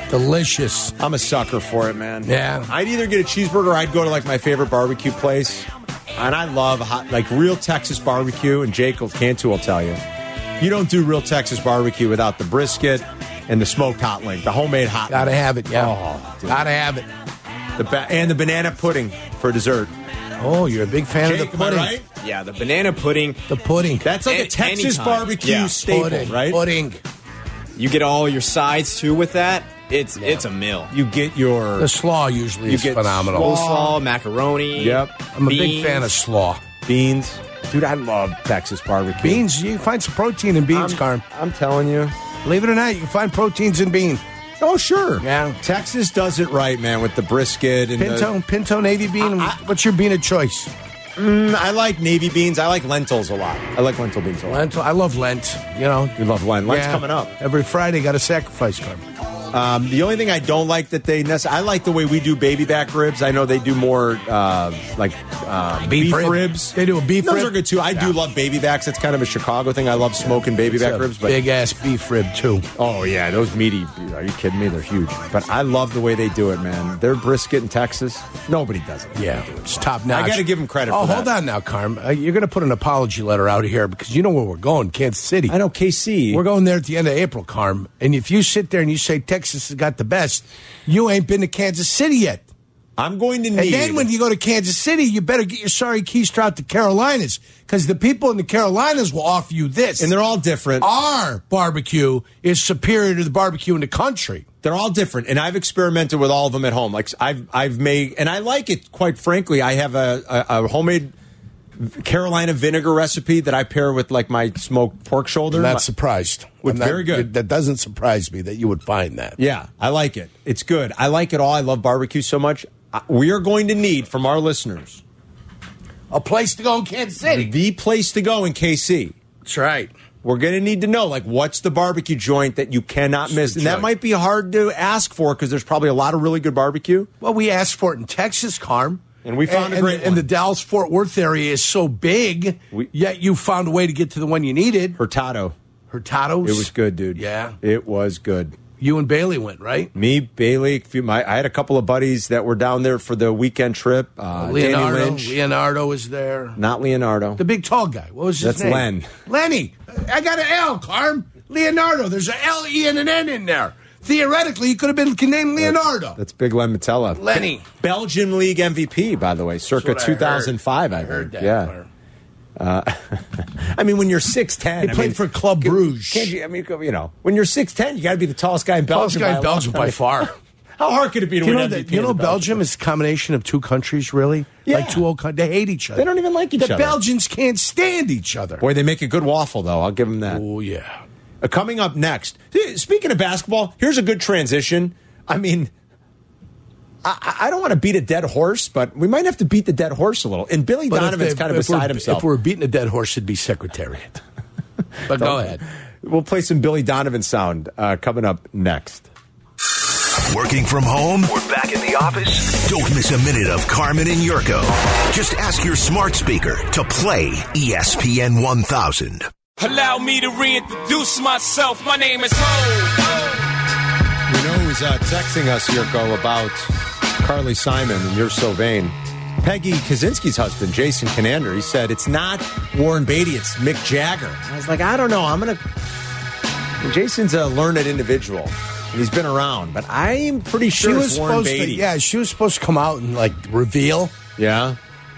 [SPEAKER 2] Delicious.
[SPEAKER 1] I'm a sucker for it, man.
[SPEAKER 2] Yeah.
[SPEAKER 1] I'd either get a cheeseburger, or I'd go to like my favorite barbecue place, and I love hot like real Texas barbecue. And Jake will- Cantu will tell you, you don't do real Texas barbecue without the brisket and the smoked hot link, the homemade hot.
[SPEAKER 2] Gotta
[SPEAKER 1] link.
[SPEAKER 2] have it. Yeah.
[SPEAKER 1] Oh, dude.
[SPEAKER 2] Gotta have it.
[SPEAKER 1] the ba- and the banana pudding for dessert.
[SPEAKER 2] Oh, you're a big fan of
[SPEAKER 1] Jake,
[SPEAKER 2] the
[SPEAKER 1] am I
[SPEAKER 2] pudding.
[SPEAKER 1] right?
[SPEAKER 10] Yeah, the banana pudding.
[SPEAKER 2] The pudding.
[SPEAKER 1] That's like a
[SPEAKER 10] Any-
[SPEAKER 1] Texas
[SPEAKER 10] anytime.
[SPEAKER 1] barbecue
[SPEAKER 10] Yeah.
[SPEAKER 1] staple,
[SPEAKER 2] pudding.
[SPEAKER 1] right?
[SPEAKER 2] Pudding.
[SPEAKER 10] You get all your sides too with that. It's it's a meal.
[SPEAKER 1] You get your
[SPEAKER 2] The slaw usually
[SPEAKER 1] You
[SPEAKER 2] is
[SPEAKER 1] get
[SPEAKER 2] phenomenal.
[SPEAKER 1] slaw.
[SPEAKER 10] Coleslaw, macaroni.
[SPEAKER 1] Yep.
[SPEAKER 2] I'm a big fan of slaw.
[SPEAKER 1] beans, dude. I love Texas barbecue
[SPEAKER 2] Beans, you can find some protein in
[SPEAKER 1] Um,
[SPEAKER 2] beans, Carm.
[SPEAKER 1] I'm telling you.
[SPEAKER 2] Believe it or not, you can find proteins in beans.
[SPEAKER 1] Oh, sure.
[SPEAKER 2] Yeah.
[SPEAKER 1] Texas does it right, man, with the brisket and
[SPEAKER 2] Pinto, pinto navy bean.
[SPEAKER 1] I- I-
[SPEAKER 2] What's your bean of choice?
[SPEAKER 1] The, I like navy beans. I like lentils a lot. I like lentil beans a lot.
[SPEAKER 2] Lent. I love Lent. You know,
[SPEAKER 1] You love Lent. Lent's
[SPEAKER 2] Yeah.
[SPEAKER 1] coming up.
[SPEAKER 2] every Friday. Got a sacrifice Carm.
[SPEAKER 1] Um, the only thing I don't like that they necessarily, I like the way we do baby back ribs. I know they do more uh, like uh, beef,
[SPEAKER 2] Beef rib.
[SPEAKER 1] ribs.
[SPEAKER 2] They do a beef
[SPEAKER 1] Those
[SPEAKER 2] rib?
[SPEAKER 1] are good too. I do love baby backs. It's kind of a Chicago thing. I love smoking baby back ribs, but
[SPEAKER 2] big ass beef rib too.
[SPEAKER 1] oh yeah, those meaty. Are you kidding me? They're huge. But I love the way they do it, man. Their brisket in Texas, nobody does it.
[SPEAKER 2] Yeah, it's top notch.
[SPEAKER 1] I gotta give 'em credit
[SPEAKER 2] Oh,
[SPEAKER 1] for that.
[SPEAKER 2] hold on now, Carm. Uh, you're going to put an apology letter out here because you know where we're going, Kansas City.
[SPEAKER 1] I know KC.
[SPEAKER 2] We're going there at the end of April, Carm. And if you sit there and you say Texas has got the best, you ain't been to Kansas City yet.
[SPEAKER 1] I'm going to need.
[SPEAKER 2] And then when you go to Kansas City, you better get your sorry keister out to Carolinas because the people in the Carolinas will offer you this.
[SPEAKER 1] and they're all different.
[SPEAKER 2] our barbecue is superior to the barbecue in the country.
[SPEAKER 1] They're all different, and I've experimented with all of them at home. Like I've I've made, and I like it. Quite frankly, I have a, a, a homemade Carolina vinegar recipe that I pair with like my smoked pork shoulder.
[SPEAKER 2] I'm
[SPEAKER 1] My-
[SPEAKER 2] not surprised.
[SPEAKER 1] Well,
[SPEAKER 2] I'm not-
[SPEAKER 1] very good.
[SPEAKER 2] That doesn't surprise me that you would find that.
[SPEAKER 1] Yeah, I like it. It's good. I like it all. I love barbecue so much. I- We are going to need from our listeners
[SPEAKER 2] A place to go in Kansas City.
[SPEAKER 1] the place to go in KC.
[SPEAKER 2] That's right.
[SPEAKER 1] We're going to need to know, like, what's the barbecue joint that you cannot miss? And that
[SPEAKER 2] joint.
[SPEAKER 1] might be hard to ask for because there's probably a lot of really good barbecue.
[SPEAKER 2] Well, we asked for it in Texas, Carm.
[SPEAKER 1] And we found a great
[SPEAKER 2] And the Dallas Fort Worth area is so big, yet you found a way to get to the one you needed.
[SPEAKER 1] Hurtado.
[SPEAKER 2] Hurtado's.
[SPEAKER 1] It was good, dude.
[SPEAKER 2] Yeah.
[SPEAKER 1] It was good.
[SPEAKER 2] You and Bailey went, right?
[SPEAKER 1] Me, Bailey, a few, my, I had a couple of buddies that were down there for the weekend trip. Uh,
[SPEAKER 2] Leonardo.
[SPEAKER 1] Danny Lynch,
[SPEAKER 2] Leonardo was there.
[SPEAKER 1] not Leonardo.
[SPEAKER 2] The big tall guy. What was his
[SPEAKER 1] That's
[SPEAKER 2] name?
[SPEAKER 1] Len.
[SPEAKER 2] Lenny. I got an L, Carm. Leonardo. There's an L, E, and an N in there. Theoretically, you could have been named Leonardo.
[SPEAKER 1] That's Big Len Metella.
[SPEAKER 2] Lenny.
[SPEAKER 1] Belgian League MVP, by the way, circa
[SPEAKER 2] what I heard.
[SPEAKER 1] 2005. I heard,
[SPEAKER 2] heard that,
[SPEAKER 1] Yeah.
[SPEAKER 2] Carm.
[SPEAKER 1] I mean, when you're 6'10,
[SPEAKER 2] He
[SPEAKER 1] I
[SPEAKER 2] played
[SPEAKER 1] mean,
[SPEAKER 2] for Club Bruges.
[SPEAKER 1] Can't you, I mean, you know, when you're 6'10, you got to be the tallest guy in
[SPEAKER 2] Tallest
[SPEAKER 1] Belgium.
[SPEAKER 2] guy
[SPEAKER 1] a
[SPEAKER 2] in
[SPEAKER 1] long
[SPEAKER 2] Belgium
[SPEAKER 1] time.
[SPEAKER 2] by far.
[SPEAKER 1] How hard could it be to
[SPEAKER 2] You
[SPEAKER 1] win
[SPEAKER 2] know,
[SPEAKER 1] MVP
[SPEAKER 2] that, you
[SPEAKER 1] as
[SPEAKER 2] know
[SPEAKER 1] a
[SPEAKER 2] Belgium is a combination of two countries, really?
[SPEAKER 1] Yeah.
[SPEAKER 2] Like two old countries. They hate each other.
[SPEAKER 1] They don't even like each
[SPEAKER 2] The
[SPEAKER 1] other.
[SPEAKER 2] Belgians can't stand each other.
[SPEAKER 1] Boy, they make a good waffle, though. I'll give them that.
[SPEAKER 2] Oh, yeah.
[SPEAKER 1] Uh, Coming up next, eh, speaking of basketball, here's a good transition. I mean, I, I I don't want to beat a dead horse, but we might have to beat the dead horse a little. And Billy
[SPEAKER 2] But if
[SPEAKER 1] Donovan's
[SPEAKER 2] they-
[SPEAKER 1] kind of
[SPEAKER 2] if we're-
[SPEAKER 1] beside himself.
[SPEAKER 2] If we're beating a dead horse, it'd be *laughs* Secretariat. but go ahead.
[SPEAKER 1] We'll play some Billy Donovan sound uh, coming up next.
[SPEAKER 5] Working from home?
[SPEAKER 11] We're back in the office.
[SPEAKER 5] Don't miss a minute of Carmen and Yurko. Just ask your smart speaker to play E ESPN 1000.
[SPEAKER 12] Allow me to reintroduce myself. My name is Ho.
[SPEAKER 1] You know who's uh, texting us, Yurko, about Carly Simon and You're So Vain? Peggy Kaczynski's husband, Jason Conander, he said, it's not Warren Beatty, it's Mick Jagger. I was like, I don't know. I'm going to. Jason's a learned individual, and he's been around, but I'm pretty sure
[SPEAKER 2] she
[SPEAKER 1] it's
[SPEAKER 2] was
[SPEAKER 1] Warren
[SPEAKER 2] supposed
[SPEAKER 1] Beatty.
[SPEAKER 2] to. Yeah, she was supposed to come out and like reveal.
[SPEAKER 1] Yeah?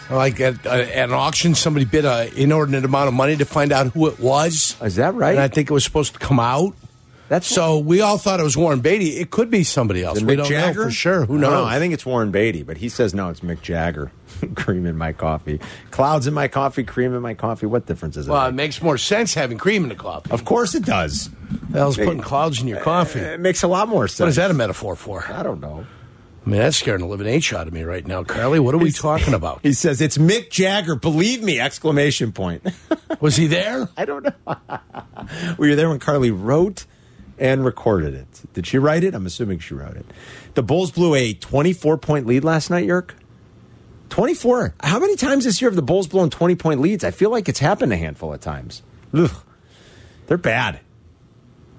[SPEAKER 2] Like at, at an auction, somebody bid an inordinate amount of money to find out who it was.
[SPEAKER 1] Is that right?
[SPEAKER 2] And I think it was supposed to come out.
[SPEAKER 1] That's
[SPEAKER 2] So we all thought it was Warren Beatty. It could be somebody else.
[SPEAKER 1] Is it
[SPEAKER 2] we
[SPEAKER 1] Mick
[SPEAKER 2] don't
[SPEAKER 1] Jagger?
[SPEAKER 2] know for sure. Who
[SPEAKER 1] I
[SPEAKER 2] knows?
[SPEAKER 1] don't know. I think it's Warren Beatty, but he says no, it's Mick Jagger. *laughs* cream in my coffee. Clouds in my coffee, cream in my coffee. What difference does it
[SPEAKER 2] well, it
[SPEAKER 1] make?
[SPEAKER 2] makes more sense having cream in the coffee.
[SPEAKER 1] Of course it does.
[SPEAKER 2] The hell's putting clouds in your coffee?
[SPEAKER 1] It makes a lot more sense.
[SPEAKER 2] What is that a metaphor for?
[SPEAKER 1] I don't know.
[SPEAKER 2] I mean, that's scaring the living H out of me right now, Carly. What are we
[SPEAKER 1] *laughs*
[SPEAKER 2] talking about?
[SPEAKER 1] He says it's Mick Jagger. Believe me! Exclamation point. *laughs*
[SPEAKER 2] Was he there?
[SPEAKER 1] I don't know. *laughs* Were you there when Carly wrote and recorded it? Did she write it? I'm assuming she wrote it. The Bulls blew a 24 point lead last night, Yerk. 24. How many times this year have the Bulls blown 20 point leads? I feel like it's happened a handful of times. Ugh. They're bad.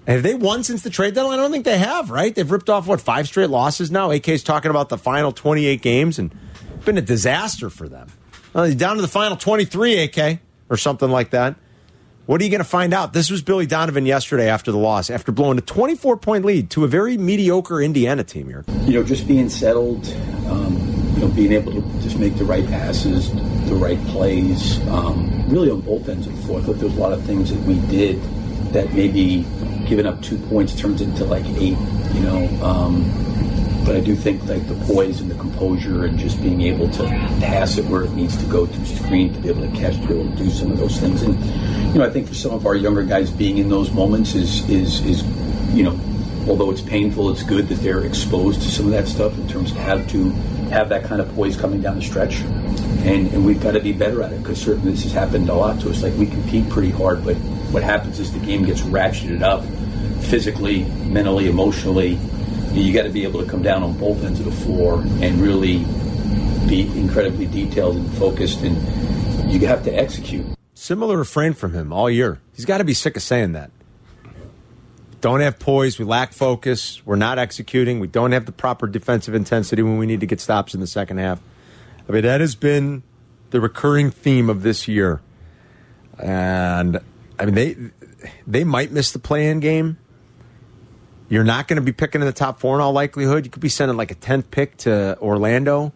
[SPEAKER 1] And Have they won since the trade deadline? I don't think they have, right? They've ripped off, what, five straight losses now? AK's talking about the final 28 games, and it's been a disaster for them. Well, down to the final 23, AK, or something like that. What are you going to find out? This was Billy Donovan yesterday after the loss, after blowing a 24 point lead to a very mediocre Indiana team here.
[SPEAKER 13] you know, just being settled, um, you know, being able to just make the right passes, the right plays, um, really on both ends of the floor. I thought there was a lot of things that we did that maybe giving up two points turns into like eight, you know. Um, but I do think like the poise and the composure and just being able to pass it where it needs to go through screen to be able to catch, to be able to do some of those things. And you know, I think for some of our younger guys, being in those moments is is is you know although it's painful, it's good that they're exposed to some of that stuff in terms of how to have that kind of poise coming down the stretch. And, and we've got to be better at it because certainly this has happened a lot to us. Like we compete pretty hard, but what happens is the game gets ratcheted up physically, mentally, emotionally. You got to be able to come down on both ends of the floor and really be incredibly detailed and focused, and you have to execute.
[SPEAKER 1] Similar refrain from him all year. He's got to be sick of saying that. Don't have poise. We lack focus. We're not executing. We don't have the proper defensive intensity when we need to get stops in the second half. I mean, that has been the recurring theme of this year. And I mean, they they might miss the play-in game. You're not going to be picking in the top four in all likelihood. You could be sending like a tenth pick to Orlando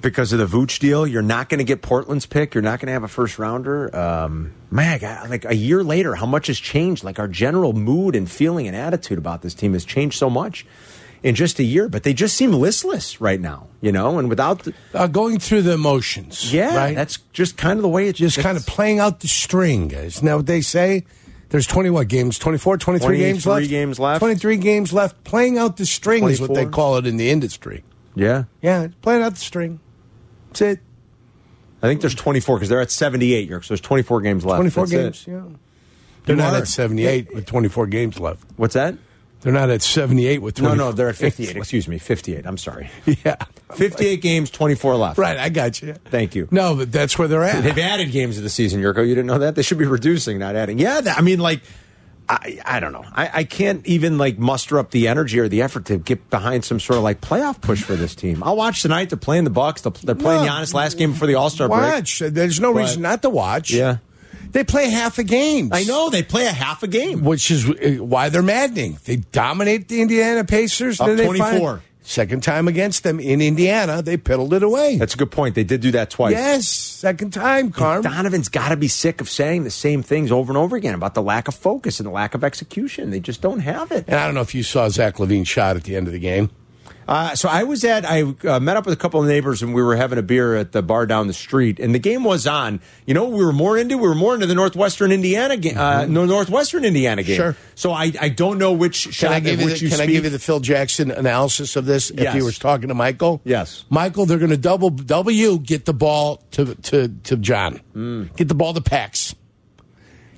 [SPEAKER 1] because of the Vooch deal. You're not going to get Portland's pick. You're not going to have a first rounder. Um, Mag, I, like a year later, how much has changed? Like our general mood and feeling and attitude about this team has changed so much in just a year. But they just seem listless right now, you know. And without, the,
[SPEAKER 2] Uh, going through the motions.
[SPEAKER 1] yeah,
[SPEAKER 2] right?
[SPEAKER 1] that's just kind of the way it
[SPEAKER 2] just kind of playing out the string, guys. Now what they say? There's 20 what games? 24, 23 games
[SPEAKER 1] 23
[SPEAKER 2] left?
[SPEAKER 1] games left.
[SPEAKER 2] 23 games left. Playing out the string is what they
[SPEAKER 1] 24.
[SPEAKER 2] call it in the industry.
[SPEAKER 1] yeah.
[SPEAKER 2] Yeah, playing out the string. That's it.
[SPEAKER 1] I think there's 24 because they're at 78, York. So there's 24 games left.
[SPEAKER 2] 24
[SPEAKER 1] That's
[SPEAKER 2] games.
[SPEAKER 1] it.
[SPEAKER 2] Yeah. They're not
[SPEAKER 1] Tomorrow.
[SPEAKER 2] at 78 with 24 games left.
[SPEAKER 1] What's that?
[SPEAKER 2] They're not at 78 with 20.
[SPEAKER 1] No, no, they're at 58. Excuse me, 58. I'm sorry.
[SPEAKER 2] *laughs* Yeah.
[SPEAKER 1] 58 games, 24 left.
[SPEAKER 2] Right, I got you.
[SPEAKER 1] Thank you.
[SPEAKER 2] No, but that's where they're at.
[SPEAKER 1] They've added games of the season, Yurko. You didn't know that? They should be reducing, not adding. Yeah, that, I mean, like, I, I don't know. I, I can't even, like, muster up the energy or the effort to get behind some sort of, like, playoff push for this team. I'll watch tonight. They're playing the Bucks. They're they're playing
[SPEAKER 2] No.
[SPEAKER 1] Giannis last game before the All Star break.
[SPEAKER 2] Watch. There's no
[SPEAKER 1] But-
[SPEAKER 2] reason not to watch.
[SPEAKER 1] Yeah.
[SPEAKER 2] They play half a game.
[SPEAKER 1] I know. They play a half a game.
[SPEAKER 2] Which is uh, why they're maddening. They dominate the Indiana Pacers.
[SPEAKER 1] Up
[SPEAKER 2] then they
[SPEAKER 1] 24.
[SPEAKER 2] Find, second time against them in Indiana, they piddled it away.
[SPEAKER 1] That's a good point. They did do that twice.
[SPEAKER 2] Yes, second time, Carm.
[SPEAKER 1] Donovan's got to be sick of saying the same things over and over again about the lack of focus and the lack of execution. They just don't have it.
[SPEAKER 2] And I don't know if you saw Zach Levine's shot at the end of the game.
[SPEAKER 1] Uh, so I was at, I uh, met up with a couple of neighbors and we were having a beer at the bar down the street. And the game was on. You know, what we were more into, we were more into the Northwestern Indiana game, uh, no, Northwestern Indiana game.
[SPEAKER 2] Mm-hmm. Sure.
[SPEAKER 1] So I, I don't know which
[SPEAKER 2] Can
[SPEAKER 1] shot
[SPEAKER 2] I give
[SPEAKER 1] of
[SPEAKER 2] you the,
[SPEAKER 1] which you
[SPEAKER 2] Can I
[SPEAKER 1] speak.
[SPEAKER 2] give you the Phil Jackson analysis of this? If
[SPEAKER 1] Yes.
[SPEAKER 2] he was talking to Michael,
[SPEAKER 1] Yes.
[SPEAKER 2] Michael, they're going to double double you. Get the ball to to to John. Get the ball to Pax.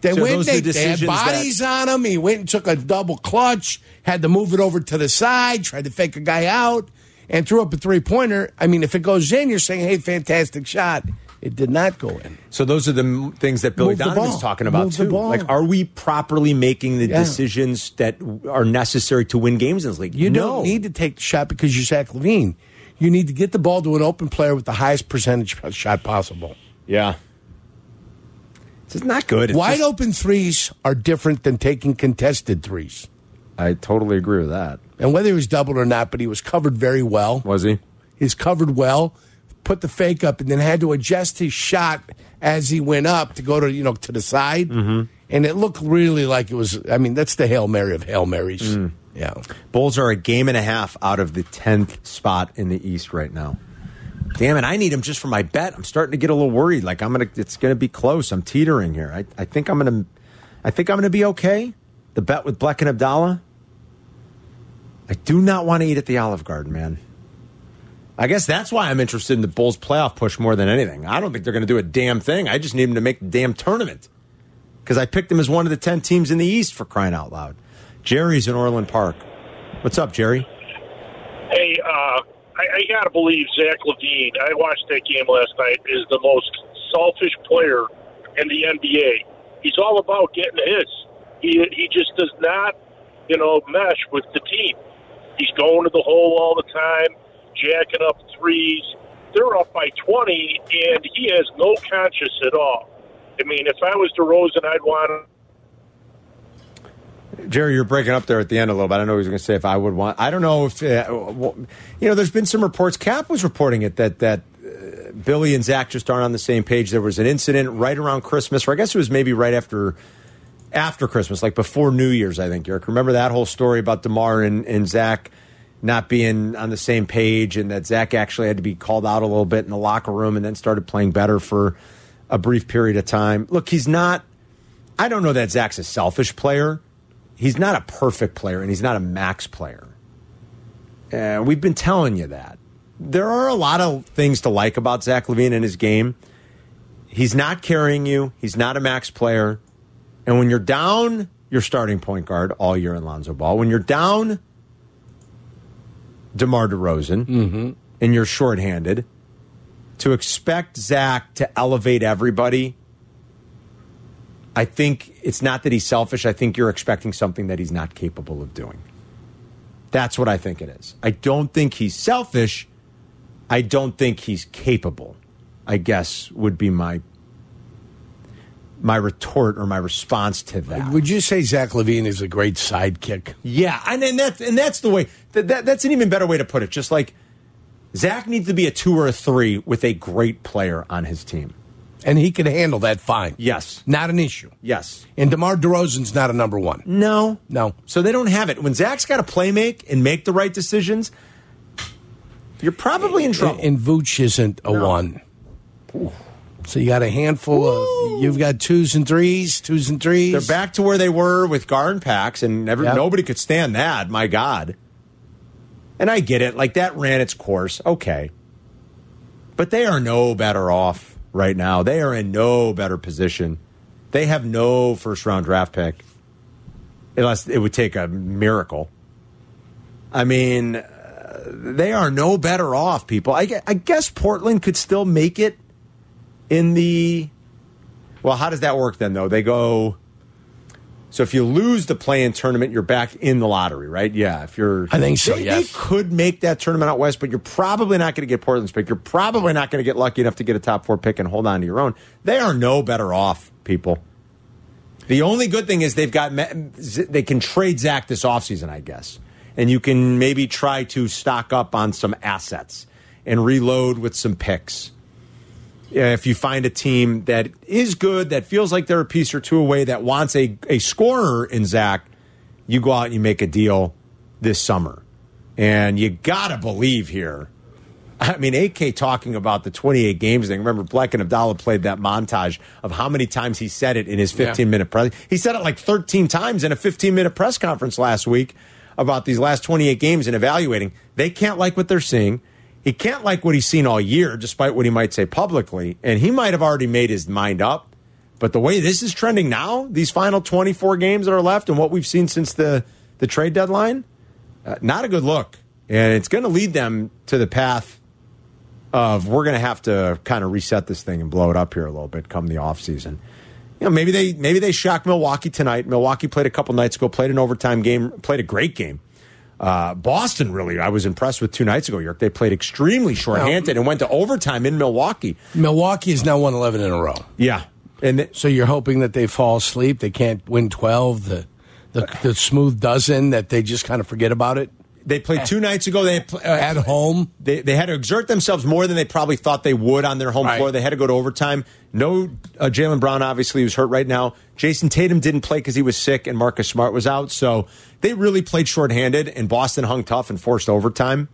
[SPEAKER 2] They
[SPEAKER 1] Mm. So
[SPEAKER 2] went.
[SPEAKER 1] those are
[SPEAKER 2] They,
[SPEAKER 1] the
[SPEAKER 2] they had
[SPEAKER 1] decisions that-
[SPEAKER 2] bodies on him. He went and took a double clutch. Had to move it over to the side. Tried to fake a guy out and threw up a three pointer. I mean, if it goes in, you're saying, "Hey, fantastic shot." It did not go in.
[SPEAKER 1] So those are the m- things that Billy
[SPEAKER 2] Move the
[SPEAKER 1] Donovan's
[SPEAKER 2] ball.
[SPEAKER 1] talking about
[SPEAKER 2] Move the
[SPEAKER 1] too.
[SPEAKER 2] ball.
[SPEAKER 1] Like, are we properly making the
[SPEAKER 2] Yeah.
[SPEAKER 1] decisions that w- are necessary to win games in this league?
[SPEAKER 2] You
[SPEAKER 1] no.
[SPEAKER 2] don't need to take the shot because you're Zach Levine. You need to get the ball to an open player with the highest percentage shot possible.
[SPEAKER 1] Yeah. It's not good. It's
[SPEAKER 2] Wide
[SPEAKER 1] just-
[SPEAKER 2] open threes are different than taking contested threes.
[SPEAKER 1] I totally agree with that.
[SPEAKER 2] And whether he was doubled or not, but he was covered very well.
[SPEAKER 1] Was he?
[SPEAKER 2] He's covered well, put the fake up, and then had to adjust his shot as he went up to go to you know to the side. Mm-hmm. And it looked really like it was. I mean, that's the hail mary of hail marys. Yeah,
[SPEAKER 1] Bulls are a game and a half out of the tenth spot in the East right now. Damn it! I need them just for my bet. I'm starting to get a little worried. Like I'm gonna, it's gonna be close. I'm teetering here. I, I think I'm gonna, I think I'm gonna be okay. The bet with Black and Abdallah. I do not want to eat at the Olive Garden, man. I guess that's why I'm interested in the Bulls playoff push more than anything. I don't think they're going to do a damn thing. I just need them to make the damn tournament because I picked them as one of the 10 teams in the East for crying out loud. Jerry's in Orland Park. What's up, Jerry?
[SPEAKER 11] Hey, uh, I, I gotta believe Zach Levine. I watched that game last night. Is the most selfish player in the NBA. He's all about getting his. He he just does not, you know, mesh with the team. He's going to the hole all the time, jacking up threes. They're up by twenty, and he has no conscience at all. I mean, if I was DeRozan, I'd want him
[SPEAKER 1] Jerry, you're breaking up there at the end a little bit. I don't know what he was going to say if I would want. I don't know if, uh, w- you know, there's been some reports. Cap was reporting it that, that uh, Billy and Zach just aren't on the same page. There was an incident right around Christmas, or I guess it was maybe right after after Christmas, like before New Year's, I think, Eric. Remember that whole story about DeMar and, and Zach not being on the same page and that Zach actually had to be called out a little bit in the locker room and then started playing better for a brief period of time. Look, he's not, I don't know that Zach's a selfish player. He's not a perfect player and he's not a max player. Uh, we've been telling you that. There are a lot of things to like about Zach Levine and his game. He's not carrying you. He's not a max player. And when you're down your starting point guard all year in Lonzo Ball, when you're down DeMar DeRozan, and you're shorthanded, to expect Zach to elevate everybody, I think it's not that he's selfish. I think you're expecting something that he's not capable of doing. That's what I think it is. I don't think he's selfish. I don't think he's capable. I guess would be my my retort or my response to that.
[SPEAKER 2] would you say Zach Levine is a great sidekick?
[SPEAKER 1] Yeah, and, and that's and that's the way that, that that's an even better way to put it. Just like Zach needs to be a two or a three with a great player on his team.
[SPEAKER 2] and he can handle that fine.
[SPEAKER 1] Yes.
[SPEAKER 2] Not an issue.
[SPEAKER 1] Yes.
[SPEAKER 2] And DeMar DeRozan's not a number one.
[SPEAKER 1] No.
[SPEAKER 2] No.
[SPEAKER 1] So they don't have it. When Zach's got to play make and make the right decisions, you're probably in trouble.
[SPEAKER 2] And Vooch isn't a one. So you got a handful of you've got twos and threes, twos and threes.
[SPEAKER 1] They're back to where they were with Garn packs, and every,
[SPEAKER 2] Yep.
[SPEAKER 1] nobody could stand that. My God. And I get it. Like that ran its course. Okay. But they are no better off right now. They are in no better position. They have no first round draft pick. Unless it would take a miracle. I mean, uh, they are no better off, people. I, gue- I guess Portland could still make it in the. Well, how does that work then, though? They go. So if you lose the play-in tournament, you're back in the lottery, right? Yeah, if you're,
[SPEAKER 2] I think so,
[SPEAKER 1] They,
[SPEAKER 2] yes.
[SPEAKER 1] they could make that tournament out west, but you're probably not going to get Portland's pick. You're probably not going to get lucky enough to get a top four pick and hold on to your own. They are no better off, people. The only good thing is they've got they can trade Zach this offseason, I guess, and you can maybe try to stock up on some assets and reload with some picks. Yeah, uh, If you find a team that is good, that feels like they're a piece or two away, that wants a, a scorer in Zach, you go out and you make a deal this summer. And you got to believe here. I mean, AK talking about the 28 games thing. Remember, Black and Abdallah played that montage of how many times he said it in his 15 minute press. He said it like 13 times in a 15 minute press conference last week about these last 28 games and evaluating. They can't like what they're seeing. He can't like what he's seen all year, despite what he might say publicly. And he might have already made his mind up. But the way this is trending now, these final 24 games that are left and what we've seen since the, the trade deadline, uh, not a good look. And it's going to lead them to the path of we're going to have to kind of reset this thing and blow it up here a little bit come the offseason. You know, maybe they maybe they shock Milwaukee tonight. Milwaukee played a couple nights ago, played an overtime game, played a great game. Uh, Boston really, I was impressed with two nights ago. York they played extremely shorthanded and went to overtime in Milwaukee.
[SPEAKER 2] Milwaukee has now won 11 in a row.
[SPEAKER 1] Yeah. And
[SPEAKER 2] so you're hoping that they fall asleep, they can't win 12, the the, the smooth dozen that they just kind of forget about it.
[SPEAKER 1] They played two nights ago. They pl- uh,
[SPEAKER 2] at home.
[SPEAKER 1] They they had to exert themselves more than they probably thought they would on their home
[SPEAKER 2] Right.
[SPEAKER 1] floor. They had to go to overtime. No, uh, Jalen Brown obviously was hurt right now. Jason Tatum didn't play because he was sick, and Marcus Smart was out. So they really played shorthanded, and Boston hung tough and forced overtime.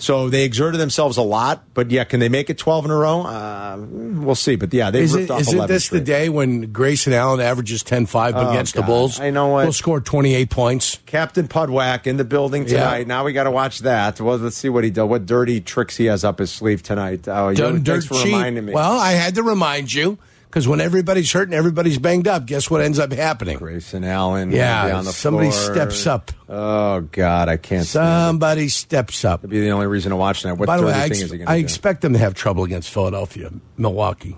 [SPEAKER 1] So they exerted themselves a lot, but yeah, can they make it twelve in a row? Uh, we'll see. But yeah, they
[SPEAKER 2] is
[SPEAKER 1] ripped
[SPEAKER 2] it,
[SPEAKER 1] off
[SPEAKER 2] is
[SPEAKER 1] eleven.
[SPEAKER 2] it this
[SPEAKER 1] straight.
[SPEAKER 2] the day when Grayson Allen averages 10-5
[SPEAKER 1] Oh,
[SPEAKER 2] against the
[SPEAKER 1] God.
[SPEAKER 2] Bulls?
[SPEAKER 1] I know what-
[SPEAKER 2] He'll score 28 points.
[SPEAKER 1] Captain Pudwack in the building
[SPEAKER 2] Yeah.
[SPEAKER 1] tonight. Now we got to watch that. Well, let's see what he does. What dirty tricks he has up his sleeve tonight. Oh, you
[SPEAKER 2] Done
[SPEAKER 1] know,
[SPEAKER 2] dirt
[SPEAKER 1] thanks for
[SPEAKER 2] cheap.
[SPEAKER 1] reminding me.
[SPEAKER 2] Well, I had to remind you because when everybody's hurt and everybody's banged up, guess what ends up happening?
[SPEAKER 1] Grayson Allen.
[SPEAKER 2] Yeah,
[SPEAKER 1] maybe on the
[SPEAKER 2] somebody
[SPEAKER 1] floor.
[SPEAKER 2] steps up.
[SPEAKER 1] Oh God, I can't.
[SPEAKER 2] Somebody steps up.
[SPEAKER 1] That'd be the only reason to watch tonight. What
[SPEAKER 2] By the
[SPEAKER 1] dirty
[SPEAKER 2] way, I,
[SPEAKER 1] thing
[SPEAKER 2] ex-
[SPEAKER 1] is he
[SPEAKER 2] I
[SPEAKER 1] going to do?
[SPEAKER 2] expect them to have trouble against Philadelphia, Milwaukee.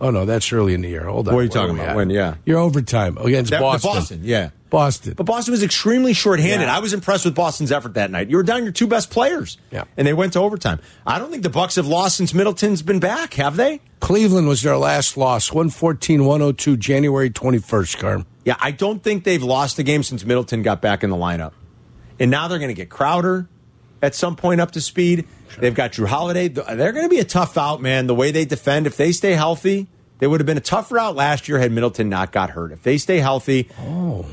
[SPEAKER 2] Oh no, that's early in the year. Hold on.
[SPEAKER 1] What are you
[SPEAKER 2] Where
[SPEAKER 1] talking
[SPEAKER 2] we
[SPEAKER 1] about?
[SPEAKER 2] at?
[SPEAKER 1] When, yeah.
[SPEAKER 2] your overtime against
[SPEAKER 1] That- the
[SPEAKER 2] Boston.
[SPEAKER 1] Boston, yeah.
[SPEAKER 2] Boston.
[SPEAKER 1] But Boston was extremely shorthanded. I was impressed with Boston's effort that night. You were down your two best players,
[SPEAKER 2] Yeah.
[SPEAKER 1] and they went to overtime. I don't think the Bucks have lost since Middleton's been back, have they?
[SPEAKER 2] Cleveland was their last loss, 114-102, January twenty first. Carm.
[SPEAKER 1] Yeah, I don't think they've lost a game since Middleton got back in the lineup. And now they're going to get Crowder at some point up to speed. They've got Drew Holiday. Th- They're going to be a tough out, man. The way they defend, if they stay healthy, they would have been a tougher out last year had Middleton not got hurt. If they stay healthy,
[SPEAKER 2] Oh,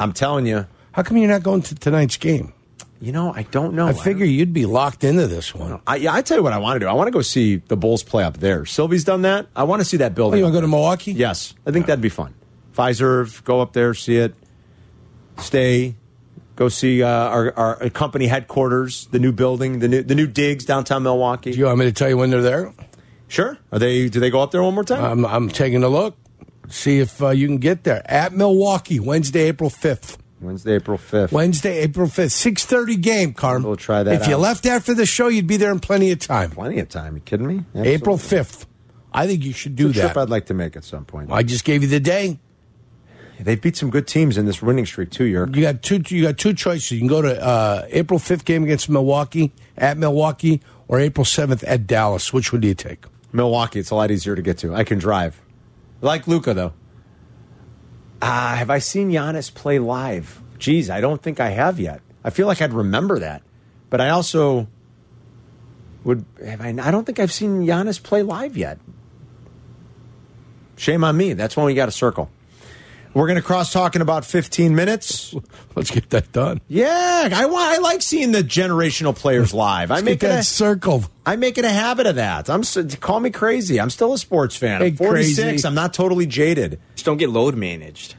[SPEAKER 1] I'm telling you,
[SPEAKER 2] how come you're not going to tonight's game?
[SPEAKER 1] you know, Oh, I don't Oh, know.
[SPEAKER 2] I figure you'd be locked into this one.
[SPEAKER 1] I, yeah, I tell you what I want to do. I want to go see the Bulls play up there. Sylvie's done that. I want to see that
[SPEAKER 2] Oh,
[SPEAKER 1] building.
[SPEAKER 2] you want to go to Milwaukee?
[SPEAKER 1] Yes, I think that'd be fun. Pfizer, go up there, see it, stay, go see uh, our, our company headquarters, the new building, the new the new digs downtown Milwaukee.
[SPEAKER 2] Do you want me to tell you when they're there?
[SPEAKER 1] sure. Are they? Do they go up there one more time?
[SPEAKER 2] I'm, I'm taking a look. See if uh, you can get there at Milwaukee Wednesday, April fifth.
[SPEAKER 1] Wednesday, April fifth.
[SPEAKER 2] Wednesday, April fifth, six thirty game. Carm,
[SPEAKER 1] We'll try that
[SPEAKER 2] If you
[SPEAKER 1] out.
[SPEAKER 2] left after the show, you'd be there in plenty of time.
[SPEAKER 1] Plenty of time. You kidding me?
[SPEAKER 2] April fifth. I think you should do
[SPEAKER 1] Absolutely. It's a
[SPEAKER 2] that.
[SPEAKER 1] trip I'd like to make at some point.
[SPEAKER 2] I just gave you the day.
[SPEAKER 1] They beat some good teams in this winning streak too, York.
[SPEAKER 2] You got two. You got two choices. You can go to uh, April fifth game against Milwaukee at Milwaukee, or April seventh at Dallas. Which one do you take?
[SPEAKER 1] Milwaukee. It's a lot easier to get to. I can drive. Like Luca though. Ah, have I seen Giannis play live? Geez, I don't think I have yet. I feel like I'd remember that, but I also would. Have I, I don't think I've seen Giannis play live yet. Shame on me. That's when we got to circle. We're going to cross talk in about 15
[SPEAKER 2] *laughs*
[SPEAKER 1] minutes.
[SPEAKER 2] Let's get that done.
[SPEAKER 1] Yeah, I, wa- I like seeing the generational players live. I
[SPEAKER 2] Let's
[SPEAKER 1] make
[SPEAKER 2] get
[SPEAKER 1] it
[SPEAKER 2] that
[SPEAKER 1] a-
[SPEAKER 2] circle.
[SPEAKER 1] I make it a habit of that. I'm s- call me crazy. I'm still a sports fan. I'm
[SPEAKER 2] Hey,
[SPEAKER 1] 46.
[SPEAKER 2] crazy.
[SPEAKER 1] I'm not totally jaded.
[SPEAKER 14] Just don't get load managed.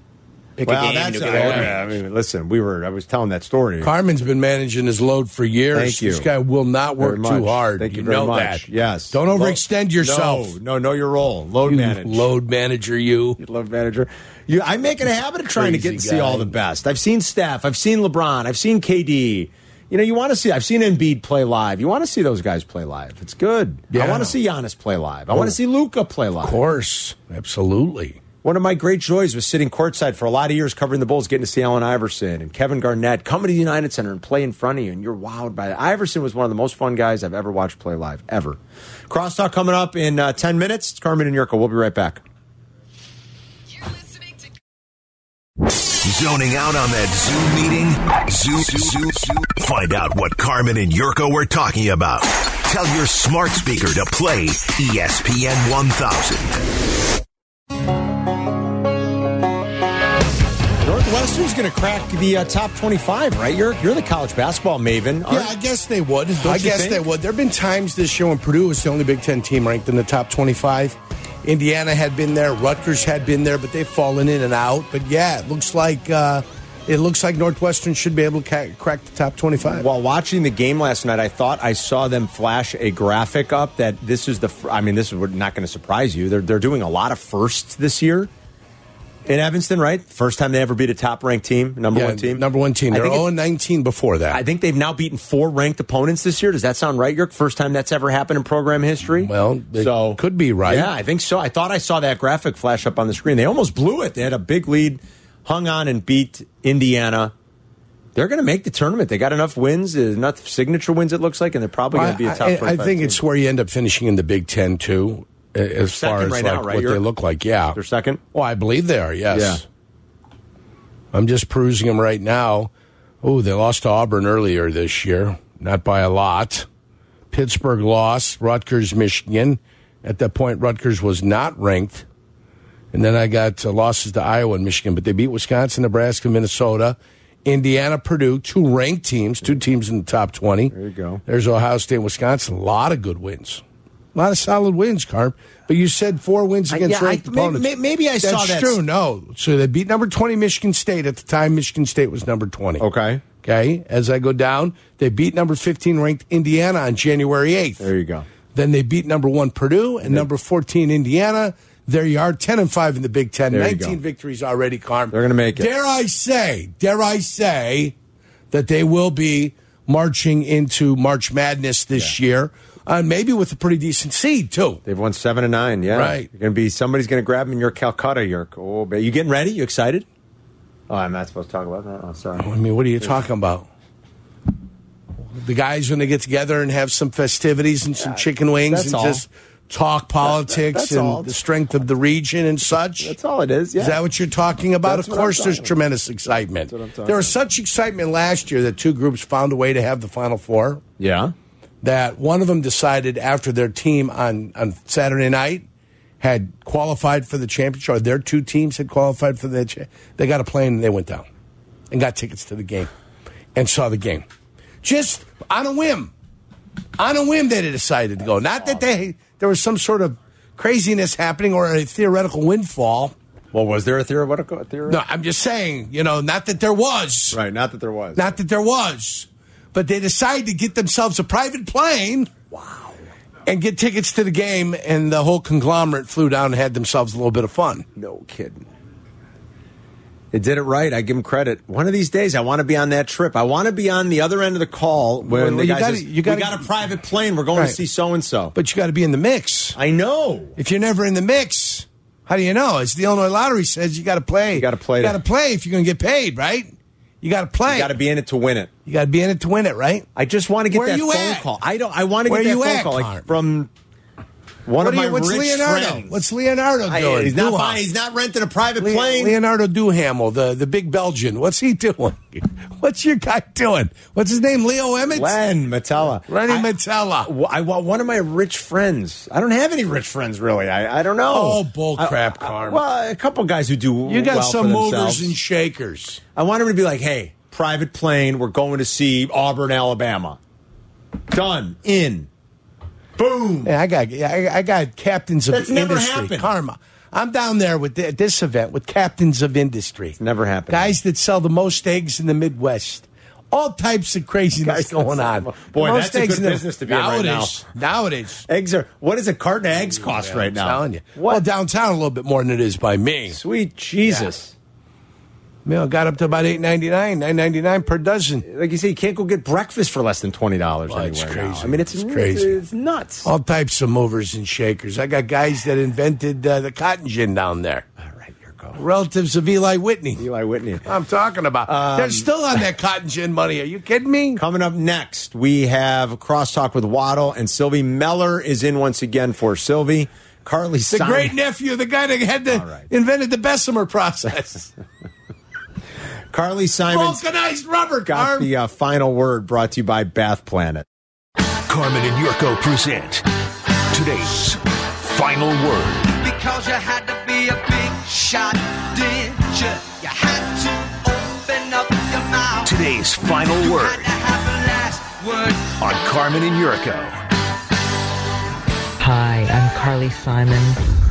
[SPEAKER 14] pick a
[SPEAKER 1] Well,
[SPEAKER 14] game. and
[SPEAKER 1] that's
[SPEAKER 14] you'll get all
[SPEAKER 1] I-
[SPEAKER 14] that.
[SPEAKER 1] I mean, listen, we were. I was telling that story.
[SPEAKER 2] Carmen's been managing his load for years.
[SPEAKER 1] Thank you.
[SPEAKER 2] This guy will not work
[SPEAKER 1] Very much.
[SPEAKER 2] too hard.
[SPEAKER 1] Thank you,
[SPEAKER 2] you
[SPEAKER 1] very
[SPEAKER 2] know
[SPEAKER 1] much.
[SPEAKER 2] that.
[SPEAKER 1] Yes.
[SPEAKER 2] Don't
[SPEAKER 1] Load-
[SPEAKER 2] overextend yourself.
[SPEAKER 1] No, no, know your role. Load
[SPEAKER 2] You
[SPEAKER 1] manager.
[SPEAKER 2] Load manager, you.
[SPEAKER 1] Load manager. You, I make it a habit of trying to get to
[SPEAKER 2] Crazy
[SPEAKER 1] see all
[SPEAKER 2] guy.
[SPEAKER 1] the best. I've seen Steph. I've seen LeBron. I've seen KD. You know, you want to see. I've seen Embiid play live. You want to see those guys play live. It's good. I
[SPEAKER 2] Yeah.
[SPEAKER 1] want to see Giannis play live. I want
[SPEAKER 2] Oh.
[SPEAKER 1] to see Luca play live. Of
[SPEAKER 2] course, absolutely.
[SPEAKER 1] One of my great joys was sitting courtside for a lot of years covering the Bulls, getting to see Allen Iverson and Kevin Garnett come to the United Center and play in front of you, and you're wowed by that. Iverson was one of the most fun guys I've ever watched play live, ever. Crosstalk coming up in uh, 10 minutes. It's Carmen and Yurko. We'll be right back.
[SPEAKER 5] Zoning out on that Zoom meeting? Zoom, Zoom, Zoom. Find out what Carmen and Yurko were talking about. Tell your smart speaker to play E ESPN 1000.
[SPEAKER 1] Northwestern's going to crack the uh, top 25, right? You're, you're the college basketball maven.
[SPEAKER 2] Yeah, I guess they would. I
[SPEAKER 1] you
[SPEAKER 2] guess
[SPEAKER 1] think?
[SPEAKER 2] they would. There have been times this year when Purdue was the only Big Ten team ranked in the top 25. Indiana had been there, Rutgers had been there, but they've fallen in and out. But yeah, it looks like uh, it looks like Northwestern should be able to ca- crack the top 25.
[SPEAKER 1] While watching the game last night, I thought I saw them flash a graphic up that this is the. fir- I mean, this is what- not going to surprise you. They're they're doing a lot of firsts this year in Evanston, right? First time they ever beat a top ranked team, number
[SPEAKER 2] Yeah,
[SPEAKER 1] one team,
[SPEAKER 2] number one team.
[SPEAKER 1] I
[SPEAKER 2] They're
[SPEAKER 1] think it-
[SPEAKER 2] 0 19 before that.
[SPEAKER 1] I think they've now beaten four ranked opponents this year. Does that sound right, Yerk? First time that's ever happened in program history.
[SPEAKER 2] Well, it
[SPEAKER 1] so
[SPEAKER 2] could be right.
[SPEAKER 1] Yeah, I think so. I thought I saw that graphic flash up on the screen. They almost blew it. They had a big lead, hung on and beat Indiana. They're going to make the tournament. They got enough wins, uh, enough signature wins. It looks like, and they're probably going to be a top.
[SPEAKER 2] I, I
[SPEAKER 1] 25
[SPEAKER 2] think
[SPEAKER 1] team.
[SPEAKER 2] it's where you end up finishing in the Big Ten too, a- as
[SPEAKER 1] second
[SPEAKER 2] far as
[SPEAKER 1] right
[SPEAKER 2] like
[SPEAKER 1] now, right,
[SPEAKER 2] what they
[SPEAKER 1] Yurk?
[SPEAKER 2] look like. Yeah,
[SPEAKER 1] They're second.
[SPEAKER 2] Well, Oh, I believe they are. Yes.
[SPEAKER 1] Yeah.
[SPEAKER 2] I'm just perusing them right now. Oh, they lost to Auburn earlier this year, not by a lot. Pittsburgh lost. Rutgers, Michigan. At that point, Rutgers was not ranked. And then I got uh, losses to Iowa and Michigan, but they beat Wisconsin, Nebraska, Minnesota, Indiana, Purdue, two ranked teams, two teams in the top 20. There you go. There's Ohio State, Wisconsin. A lot of good wins. A lot of solid wins, Carm. But you said four wins
[SPEAKER 1] I-
[SPEAKER 2] against
[SPEAKER 1] yeah, I-
[SPEAKER 2] ranked
[SPEAKER 1] may-
[SPEAKER 2] opponents.
[SPEAKER 1] may- maybe I
[SPEAKER 2] That's
[SPEAKER 1] saw that.
[SPEAKER 2] true. No. So they beat number 20 Michigan State. At the time, Michigan State was number 20.
[SPEAKER 1] Okay.
[SPEAKER 2] Okay. As I go down, they beat number 15 ranked Indiana on January 8th.
[SPEAKER 1] There you go.
[SPEAKER 2] Then they beat number one Purdue and number fourteen Indiana. There you are, ten and five in the Big Ten.
[SPEAKER 1] There you
[SPEAKER 2] Nineteen
[SPEAKER 1] go.
[SPEAKER 2] victories already, Carm.
[SPEAKER 1] They're going to make it.
[SPEAKER 2] Dare I say? Dare I say that they will be marching into March Madness this year, uh, maybe with a pretty decent seed too.
[SPEAKER 1] They've won seven and nine. Yeah,
[SPEAKER 2] Right.
[SPEAKER 1] You're going to be somebody's going to grab them in your Calcutta, Yerk. Oh, ba- you getting ready? You excited? Oh, I'm not supposed to talk about that. Oh, sorry.
[SPEAKER 2] I mean, what are you talking about? The guys when they get together and have some festivities and some chicken wings
[SPEAKER 1] that's
[SPEAKER 2] and
[SPEAKER 1] all.
[SPEAKER 2] just talk politics
[SPEAKER 1] that's
[SPEAKER 2] and
[SPEAKER 1] all.
[SPEAKER 2] the strength of the region and such.
[SPEAKER 1] That's all it is. Yeah.
[SPEAKER 2] Is that what you're talking about?
[SPEAKER 1] That's
[SPEAKER 2] of
[SPEAKER 1] what I'm
[SPEAKER 2] course, there's
[SPEAKER 1] talking about.
[SPEAKER 2] tremendous
[SPEAKER 1] That's
[SPEAKER 2] excitement.
[SPEAKER 1] what I'm talking
[SPEAKER 2] There
[SPEAKER 1] about.
[SPEAKER 2] was such excitement last year that two groups found a way to have the Final Four.
[SPEAKER 1] Yeah.
[SPEAKER 2] That one of them decided after their team on, on Saturday night had qualified for the championship, or their two teams had qualified for the cha- They got a plane and they went down and got tickets to the game and saw the game. Just on a whim. On a whim, they decided to go. Not that they there was some sort of craziness happening or a theoretical windfall.
[SPEAKER 1] Well, was there a theoretical? A theoretical?
[SPEAKER 2] No, I'm just saying, you know, not that there was.
[SPEAKER 1] Right. Not that there was.
[SPEAKER 2] Not that there was. But they decided to get themselves a private plane. Wow. And get tickets to the game, and the whole conglomerate flew down and had themselves a little bit of fun.
[SPEAKER 1] No kidding. They did it right. I give them credit. One of these days, I want to be on that trip. I want to be on the other end of the call when
[SPEAKER 2] Well,
[SPEAKER 1] the
[SPEAKER 2] you
[SPEAKER 1] guy
[SPEAKER 2] gotta-
[SPEAKER 1] says,
[SPEAKER 2] you gotta-
[SPEAKER 1] "We got a private plane. We're going
[SPEAKER 2] Right.
[SPEAKER 1] to see so and so."
[SPEAKER 2] But you got to be in the mix.
[SPEAKER 1] I know.
[SPEAKER 2] If you're never in the mix, how do you know? As the Illinois Lottery says, you got to play. You got to
[SPEAKER 1] play
[SPEAKER 2] You
[SPEAKER 1] to-
[SPEAKER 2] got to play if you're going to get paid, right? You got to play.
[SPEAKER 1] You got to be in it to win it.
[SPEAKER 2] You got to be in it to win it, right?
[SPEAKER 1] I just want to get
[SPEAKER 2] Where
[SPEAKER 1] that
[SPEAKER 2] you
[SPEAKER 1] phone
[SPEAKER 2] at?
[SPEAKER 1] call. I don't. I want to get
[SPEAKER 2] Where
[SPEAKER 1] that
[SPEAKER 2] you
[SPEAKER 1] phone
[SPEAKER 2] at,
[SPEAKER 1] call like,
[SPEAKER 2] Carm?
[SPEAKER 1] from one
[SPEAKER 2] What
[SPEAKER 1] of
[SPEAKER 2] are
[SPEAKER 1] my
[SPEAKER 2] you- what's
[SPEAKER 1] rich
[SPEAKER 2] Leonardo?
[SPEAKER 1] friends.
[SPEAKER 2] What's Leonardo
[SPEAKER 1] I-
[SPEAKER 2] doing?
[SPEAKER 1] he's not
[SPEAKER 2] Duham.
[SPEAKER 1] buying- he's not renting a private
[SPEAKER 2] Le-
[SPEAKER 1] plane.
[SPEAKER 2] Leonardo Duhamel, the, the big Belgian. What's he doing? *laughs* What's your guy doing? What's his name? Leo Emmett?
[SPEAKER 1] Len Metella.
[SPEAKER 2] Lenny Metella.
[SPEAKER 1] Well, I want one of my rich friends. I don't have any rich friends really. I, I don't know.
[SPEAKER 2] Oh, bull crap,
[SPEAKER 1] I- I-
[SPEAKER 2] Carm.
[SPEAKER 1] well, a couple guys who do.
[SPEAKER 2] You got
[SPEAKER 1] well
[SPEAKER 2] some
[SPEAKER 1] for
[SPEAKER 2] movers
[SPEAKER 1] themselves.
[SPEAKER 2] and shakers.
[SPEAKER 1] I want him to be like, "Hey, private plane. We're going to see Auburn, Alabama. Done. In. Boom.
[SPEAKER 2] Yeah, I got yeah, I, I got captains of
[SPEAKER 1] That's
[SPEAKER 2] the
[SPEAKER 1] never
[SPEAKER 2] industry.
[SPEAKER 1] happened.
[SPEAKER 2] Karma. I'm down there with the, at this event with captains of industry. It's
[SPEAKER 1] never happened.
[SPEAKER 2] Guys that sell the most eggs in the Midwest. All types of craziness
[SPEAKER 1] Guys, that's-
[SPEAKER 2] going on.
[SPEAKER 1] Boy,
[SPEAKER 2] The most
[SPEAKER 1] that's a
[SPEAKER 2] eggs
[SPEAKER 1] good
[SPEAKER 2] in the-
[SPEAKER 1] business to be in right now.
[SPEAKER 2] Nowadays, Nowadays,
[SPEAKER 1] eggs are. What does a carton of eggs cost
[SPEAKER 2] Yeah,
[SPEAKER 1] right
[SPEAKER 2] I'm
[SPEAKER 1] now?
[SPEAKER 2] telling you. Well, downtown a little bit more than it is by me.
[SPEAKER 1] Sweet Jesus.
[SPEAKER 2] Yeah. Meal got up to about eight ninety nine, nine ninety nine per dozen.
[SPEAKER 1] Like you say, you can't go get breakfast for less than twenty dollars
[SPEAKER 2] Well, it's
[SPEAKER 1] anywhere. now.
[SPEAKER 2] crazy.
[SPEAKER 1] I mean, it's,
[SPEAKER 2] It's crazy. Oh.
[SPEAKER 1] It's nuts.
[SPEAKER 2] All types of movers and shakers. I got guys that invented uh, the cotton gin down there. All
[SPEAKER 1] right, you're
[SPEAKER 2] going. Relatives of Eli Whitney.
[SPEAKER 1] Eli Whitney.
[SPEAKER 2] I'm talking about. They're still on that cotton gin money. Are you kidding me?
[SPEAKER 1] Coming up next, we have crosstalk with Waddle and Sylvie Meller is in once again for Sylvie. Carly,
[SPEAKER 2] The great nephew, the guy that had the, invented the Bessemer process. *laughs*
[SPEAKER 1] Carly Simons
[SPEAKER 2] Vulcanized rubber,
[SPEAKER 1] got
[SPEAKER 2] Carm.
[SPEAKER 1] the uh, final word. Brought to you by Bath Planet.
[SPEAKER 5] Carmen and Yurko present today's final word.
[SPEAKER 10] Because you had to be a big shot, did you? You had to open up your mouth.
[SPEAKER 5] Today's final word
[SPEAKER 10] Have a last word.
[SPEAKER 5] on Carmen and Yurko.
[SPEAKER 14] Hi, I'm Carly Simon,